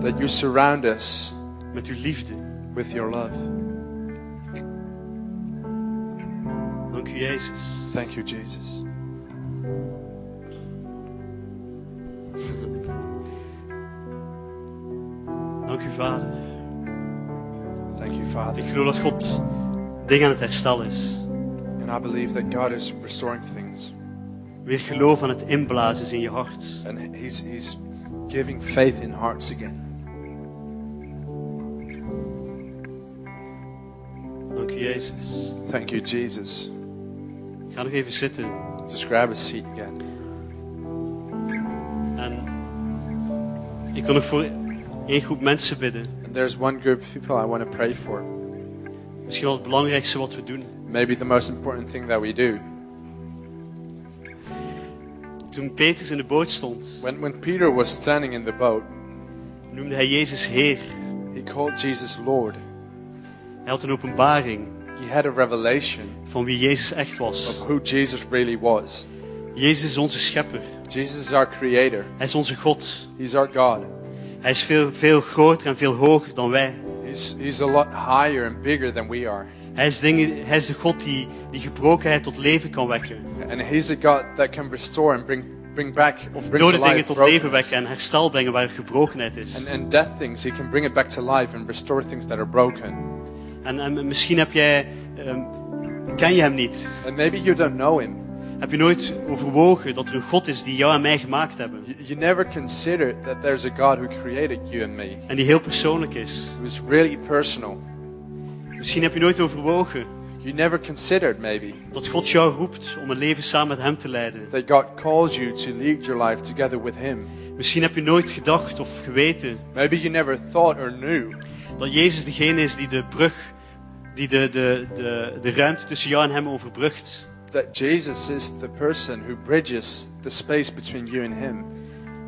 S2: that you surround us
S1: met uw liefde.
S2: with your love.
S1: Dank u, Jezus.
S2: Thank you, Jesus.
S1: Dank u, Vader.
S2: Thank you, Father.
S1: Ik geloof dat God dingen aan het herstel is.
S2: And I believe that God is restoring things.
S1: Weer geloof aan het inblazen is in je hart.
S2: And he's, he's giving faith in hearts again.
S1: Dank u, Jezus.
S2: Thank you, Jesus.
S1: Ga nog even zitten.
S2: Just grab a seat again.
S1: En ik wil nog voor één groep mensen bidden.
S2: And there's one group of people I want to pray for.
S1: Misschien wel het belangrijkste wat we doen.
S2: Maybe the most important thing that we do.
S1: Toen Petrus in de boot stond,
S2: When, when Peter was standing in the boat,
S1: noemde hij Jezus Heer.
S2: he called Jesus Lord.
S1: Hij had een openbaring
S2: He had a revelation
S1: van wie Jezus echt
S2: of
S1: was.
S2: who Jesus really was.
S1: Jezus is onze schepper.
S2: Jesus is our creator.
S1: Hij is onze God.
S2: He's our God.
S1: Hij is veel, veel groter en veel hoger dan wij.
S2: He's, he's a lot higher and bigger than we are.
S1: Hij is, dingen, hij is de God die, die gebrokenheid tot leven kan wekken.
S2: And he's a God that can restore and bring, bring back or bring to
S1: Dode dingen
S2: life
S1: tot leven
S2: brokenness.
S1: wekken en herstel brengen waar er gebrokenheid is.
S2: And, and death things, he can bring it back to life and restore things that are broken.
S1: En, en misschien heb jij, ehm, ken je hem niet.
S2: And maybe you don't know him.
S1: Heb je nooit overwogen dat er een God is die jou en mij gemaakt hebben.
S2: You, you never considered that there's a God who created you and me.
S1: En die heel persoonlijk is.
S2: It was really personal.
S1: Misschien heb je nooit overwogen
S2: You never considered, maybe,
S1: dat God jou roept om een leven samen met hem te leiden.
S2: that God calls you to lead your life together with him.
S1: Misschien heb je nooit gedacht of geweten
S2: Maybe you never thought or knew
S1: dat Jezus degene is die de brug, die de, de, de, de ruimte tussen jou en hem overbrugt.
S2: that Jesus is the person who bridges the space between you and him.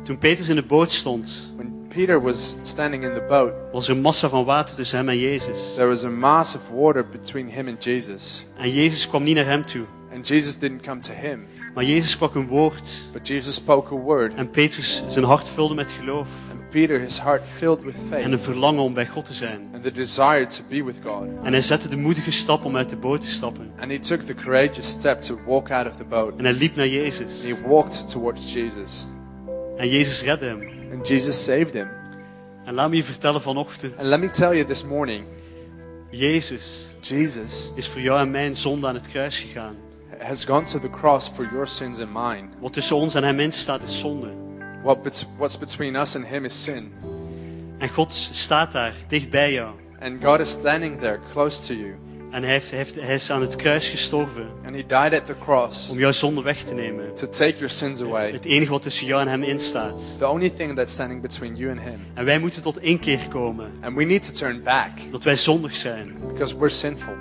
S1: Toen Petrus in de boot stond,
S2: When Peter was standing in the boat,
S1: was er een massa van water tussen hem en Jezus.
S2: there was a mass of water between him and Jesus.
S1: En Jezus kwam niet naar hem toe.
S2: And Jesus didn't come to him.
S1: Maar Jezus sprak een woord
S2: But Jesus spoke a word,
S1: en Petrus zijn hart vulde met geloof
S2: and Peter, his heart filled with
S1: en
S2: faith
S1: een verlangen om bij God te zijn.
S2: and the desire to be with God.
S1: En hij zette de moedige stap om uit de boot te stappen.
S2: And he took the courageous step to walk out of the boat.
S1: En hij liep naar Jezus.
S2: And he walked towards Jesus.
S1: En Jezus redde hem.
S2: And Jesus saved him.
S1: En laat me je vertellen
S2: And
S1: vanochtend,
S2: let me tell you this morning,
S1: Jezus
S2: Jesus
S1: is voor jou en mijn zonde aan het kruis gegaan.
S2: has gone to the cross for your sins and mine.
S1: Wat tussen ons en hem in staat is zonde.
S2: What bet- what's between us and him is sin.
S1: En God staat daar, dicht bij jou.
S2: And God is standing there close to you.
S1: En hij, heeft, hij heeft, hij is aan het kruis gestorven
S2: And he died at the cross
S1: om jouw zonde weg te nemen.
S2: to take your sins away.
S1: Het enige wat tussen jou en hem in staat.
S2: The only thing that's standing between you and him.
S1: En wij moeten tot inkeer komen.
S2: And we need to turn back
S1: Dat wij zondig zijn.
S2: because we're sinful.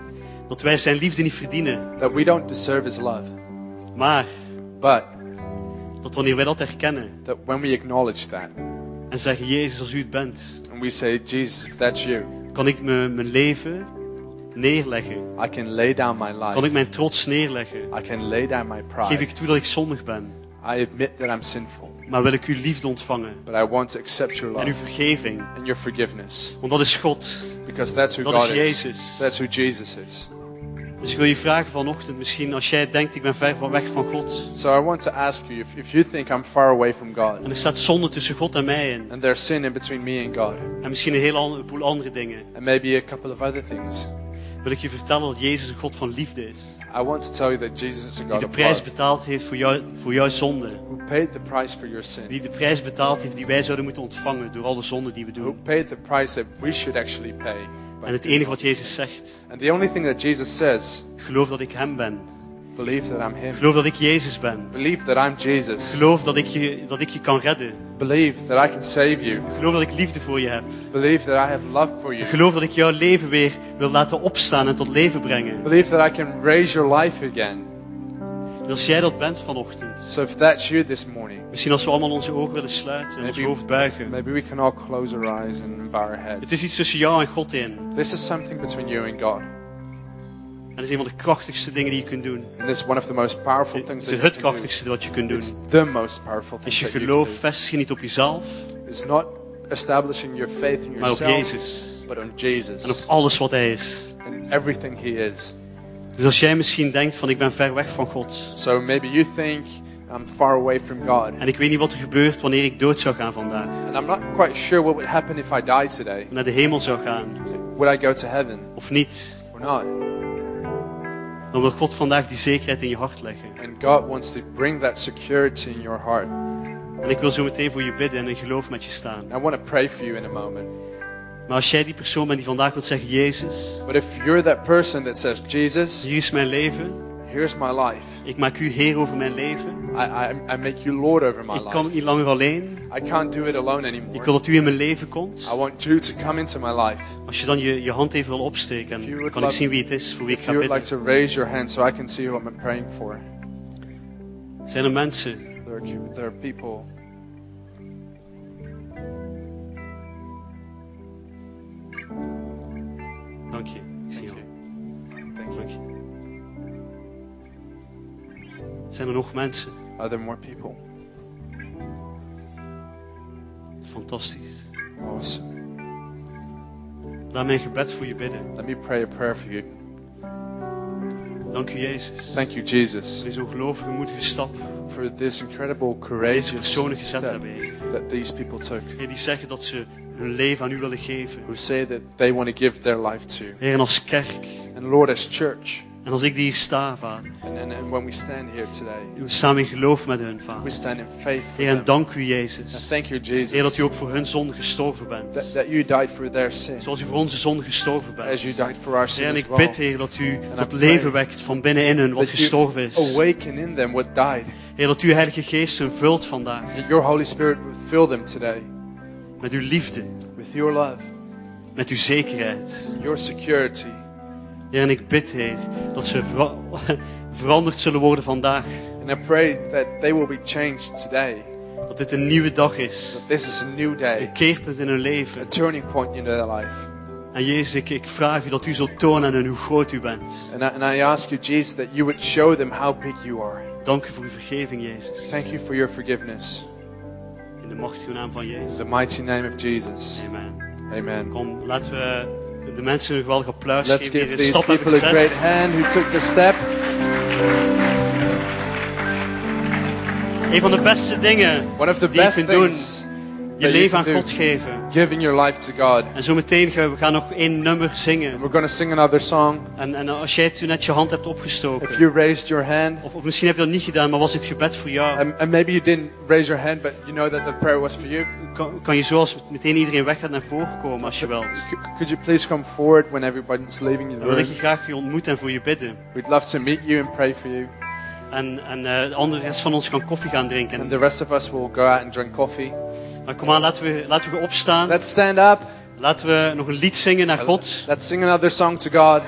S1: Dat wij zijn liefde niet verdienen.
S2: That we don't deserve his love.
S1: Maar
S2: But
S1: dat wanneer wij dat herkennen
S2: that when we acknowledge that
S1: en zeggen, Jezus, als u het bent,
S2: and we say, Jesus, if that's you,
S1: kan ik me, mijn leven neerleggen.
S2: I can lay down my
S1: Kan ik
S2: life.
S1: mijn trots neerleggen.
S2: I can lay down my
S1: Geef
S2: pride.
S1: ik toe dat ik zondig ben.
S2: I admit that I'm sinful,
S1: Maar wil ik uw liefde ontvangen.
S2: but I want to accept your
S1: En uw
S2: love
S1: vergeving.
S2: and your forgiveness
S1: Want dat is God.
S2: because that's who
S1: Dat
S2: God
S1: is
S2: is.
S1: Jezus.
S2: That's who Jesus is.
S1: Dus ik wil je vragen vanochtend misschien, als jij denkt, ik ben ver van weg van God.
S2: So I want to ask you if, if you think I'm far away from God
S1: En er staat zonde tussen God en mij in.
S2: and there's sin in between me and God
S1: En misschien een hele an- boel andere dingen.
S2: and maybe a couple of other things,
S1: Wil ik je vertellen dat Jezus een God van liefde is.
S2: I want to tell you that Jesus is a
S1: Die
S2: God
S1: de
S2: of
S1: prijs
S2: love
S1: betaald heeft voor, jou, voor jouw zonde.
S2: who paid the price for your sin,
S1: Die de prijs betaald heeft die wij zouden moeten ontvangen door alle zonden die we
S2: who
S1: doen.
S2: paid the price that we should actually pay. by
S1: En het
S2: doing
S1: enige
S2: all
S1: wat
S2: these
S1: Jezus
S2: things.
S1: zegt,
S2: And the only thing that Jesus says,
S1: geloof dat ik Hem ben.
S2: believe that I'm Him.
S1: Geloof dat ik Jezus ben.
S2: Believe that I'm Jesus.
S1: Geloof dat ik je, dat ik je kan redden.
S2: Believe that I can save you.
S1: Geloof dat ik liefde voor je heb.
S2: Believe that I have love for you.
S1: Geloof dat ik jouw leven weer wil laten opstaan en tot leven brengen.
S2: Believe that I can raise your life again.
S1: En als jij dat bent vanochtend,
S2: So if that's you this morning,
S1: misschien als we allemaal onze ogen willen sluiten en ons
S2: Maybe-
S1: hoofd buigen.
S2: maybe we can all close our eyes and bow our
S1: Het
S2: heads.
S1: is iets tussen jou en God in.
S2: This is something between you and God.
S1: En dat is een van de krachtigste dingen die je kunt doen.
S2: And it's one of the most powerful
S1: Het
S2: things
S1: is
S2: that
S1: het
S2: you can do.
S1: krachtigste wat je kunt doen.
S2: It's the most powerful thing
S1: Is je
S2: that you
S1: geloof
S2: can
S1: vestig je niet op jezelf,
S2: do. It's not establishing your faith in
S1: maar op
S2: yourself,
S1: Jezus.
S2: but on
S1: En op
S2: Jesus
S1: alles wat Hij is.
S2: and everything He is.
S1: Dus als jij misschien denkt van ik ben ver weg van God.
S2: So maybe you think I'm far away from God,
S1: En ik weet niet wat er gebeurt wanneer ik dood zou gaan vandaag.
S2: and I'm not quite sure what would happen if I die today.
S1: Naar de hemel zou gaan.
S2: Would I go to heaven
S1: Of niet.
S2: or not?
S1: Dan wil God vandaag die zekerheid in je hart leggen.
S2: And God wants to bring that security in your heart.
S1: En ik wil zo meteen voor je bidden en in geloof met je staan.
S2: And I want to pray for you in a moment.
S1: Maar als jij die persoon bent die vandaag wil zeggen Jezus.
S2: But if you're that person that says, Jesus,
S1: Hier is mijn leven.
S2: here's my life.
S1: Ik maak u Heer over mijn leven.
S2: I, I, I make you Lord over my
S1: Ik kan het
S2: life.
S1: niet langer alleen.
S2: I can't do it alone
S1: Ik wil
S2: anymore.
S1: dat u in mijn leven komt.
S2: I want you to come into my life.
S1: Als je dan je, je hand even wil opsteken,
S2: If you
S1: en
S2: would
S1: kan ik
S2: like-
S1: zien wie het is, voor wie ik
S2: If
S1: ga
S2: you would
S1: bidden.
S2: like to raise your hand so I can see who I'm praying for.
S1: Zijn er mensen?
S2: There are, there are people.
S1: Dank je. Ik zie jou.
S2: Thank you.
S1: Dank je. Zijn er nog mensen?
S2: Are there more people?
S1: Fantastisch.
S2: Awesome.
S1: Laat mijn gebed voor je bidden.
S2: Let me pray a prayer for you.
S1: Dank u, Jezus.
S2: Thank you, Jesus,
S1: Er is ongelooflijk een moedige stap.
S2: for this incredible
S1: Deze
S2: courageous
S1: personen gezet
S2: step
S1: hebben. Heer.
S2: that these people took.
S1: Heer, die zeggen dat ze hun leven aan u willen geven.
S2: Who say that they want to give their life to.
S1: Heer, en als kerk.
S2: And Lord, as church,
S1: En als ik die hier sta, vader.
S2: and, and, and when we stand here today,
S1: We staan in geloof met hun,
S2: we
S1: vader.
S2: stand in faith for
S1: Heer, en
S2: them.
S1: dank u,
S2: And
S1: Jezus.
S2: thank you,
S1: Heer, dat
S2: Jesus,
S1: u ook voor hun zonde gestorven bent.
S2: that, that you died for their sin,
S1: Zoals u voor onze zonde gestorven bent.
S2: as you died for our
S1: Heer,
S2: sin
S1: en
S2: as
S1: ik
S2: well.
S1: bid, Heer, dat u
S2: I
S1: tot
S2: pray
S1: leven wekt van binnenin hun wat
S2: That
S1: gestorven
S2: you
S1: is.
S2: awaken in them what died.
S1: Heer, dat uw Heilige Geest hun vult vandaag
S2: That your Holy Spirit would fill them today
S1: met uw liefde,
S2: with your love,
S1: met uw zekerheid.
S2: your security.
S1: Heer, en ik bid, Heer, dat ze vera- [LAUGHS] veranderd zullen worden vandaag.
S2: And I pray that they will be changed today.
S1: Dat dit een nieuwe dag is.
S2: That this is a new
S1: Een
S2: day,
S1: keerpunt in hun
S2: a
S1: leven.
S2: turning point in their life.
S1: En Jezus, ik, ik vraag u dat u zult tonen aan hen hoe groot u bent.
S2: And I, and I ask you, Jesus, that you would show them how big you are.
S1: Dank u voor uw vergeving, Jezus.
S2: Thank you for your forgiveness.
S1: In de machtige naam van
S2: In
S1: Jezus.
S2: the mighty name of Jesus.
S1: Amen.
S2: Amen.
S1: Kom, laten we de mensen een geweldig applaus
S2: Let's
S1: geven die de
S2: give these
S1: stap hebben
S2: people a
S1: gezet.
S2: great hand who took the step.
S1: Een van de beste dingen
S2: One of the
S1: die je
S2: best
S1: kunt doen,
S2: things
S1: je
S2: you
S1: leven aan
S2: can do.
S1: God geven.
S2: giving your life to God.
S1: En zo meteen gaan we gaan nog één nummer zingen.
S2: We're going to sing another song.
S1: En, en als jij toen net je hand hebt
S2: If
S1: opgestoken,
S2: you raised your hand, um,
S1: of, of misschien heb je dat niet gedaan, maar was dit gebed voor jou,
S2: and, and maybe you didn't raise your hand, but you know that the prayer was for you,
S1: kan, kan je zoals meteen iedereen weggaat naar voren komen als je wilt.
S2: c- could you please come forward when everybody's leaving the
S1: Dan wil ik je
S2: room?
S1: graag je ontmoeten en voor je bidden.
S2: We'd love to meet you and pray for you.
S1: En, en eh, de andere rest van ons kan koffie gaan drinken.
S2: And the rest of us will go out and drink coffee.
S1: Maar kom aan, laten we, laten we opstaan.
S2: Let's stand up.
S1: Laten we nog een lied zingen naar God.
S2: Let's sing another song to God.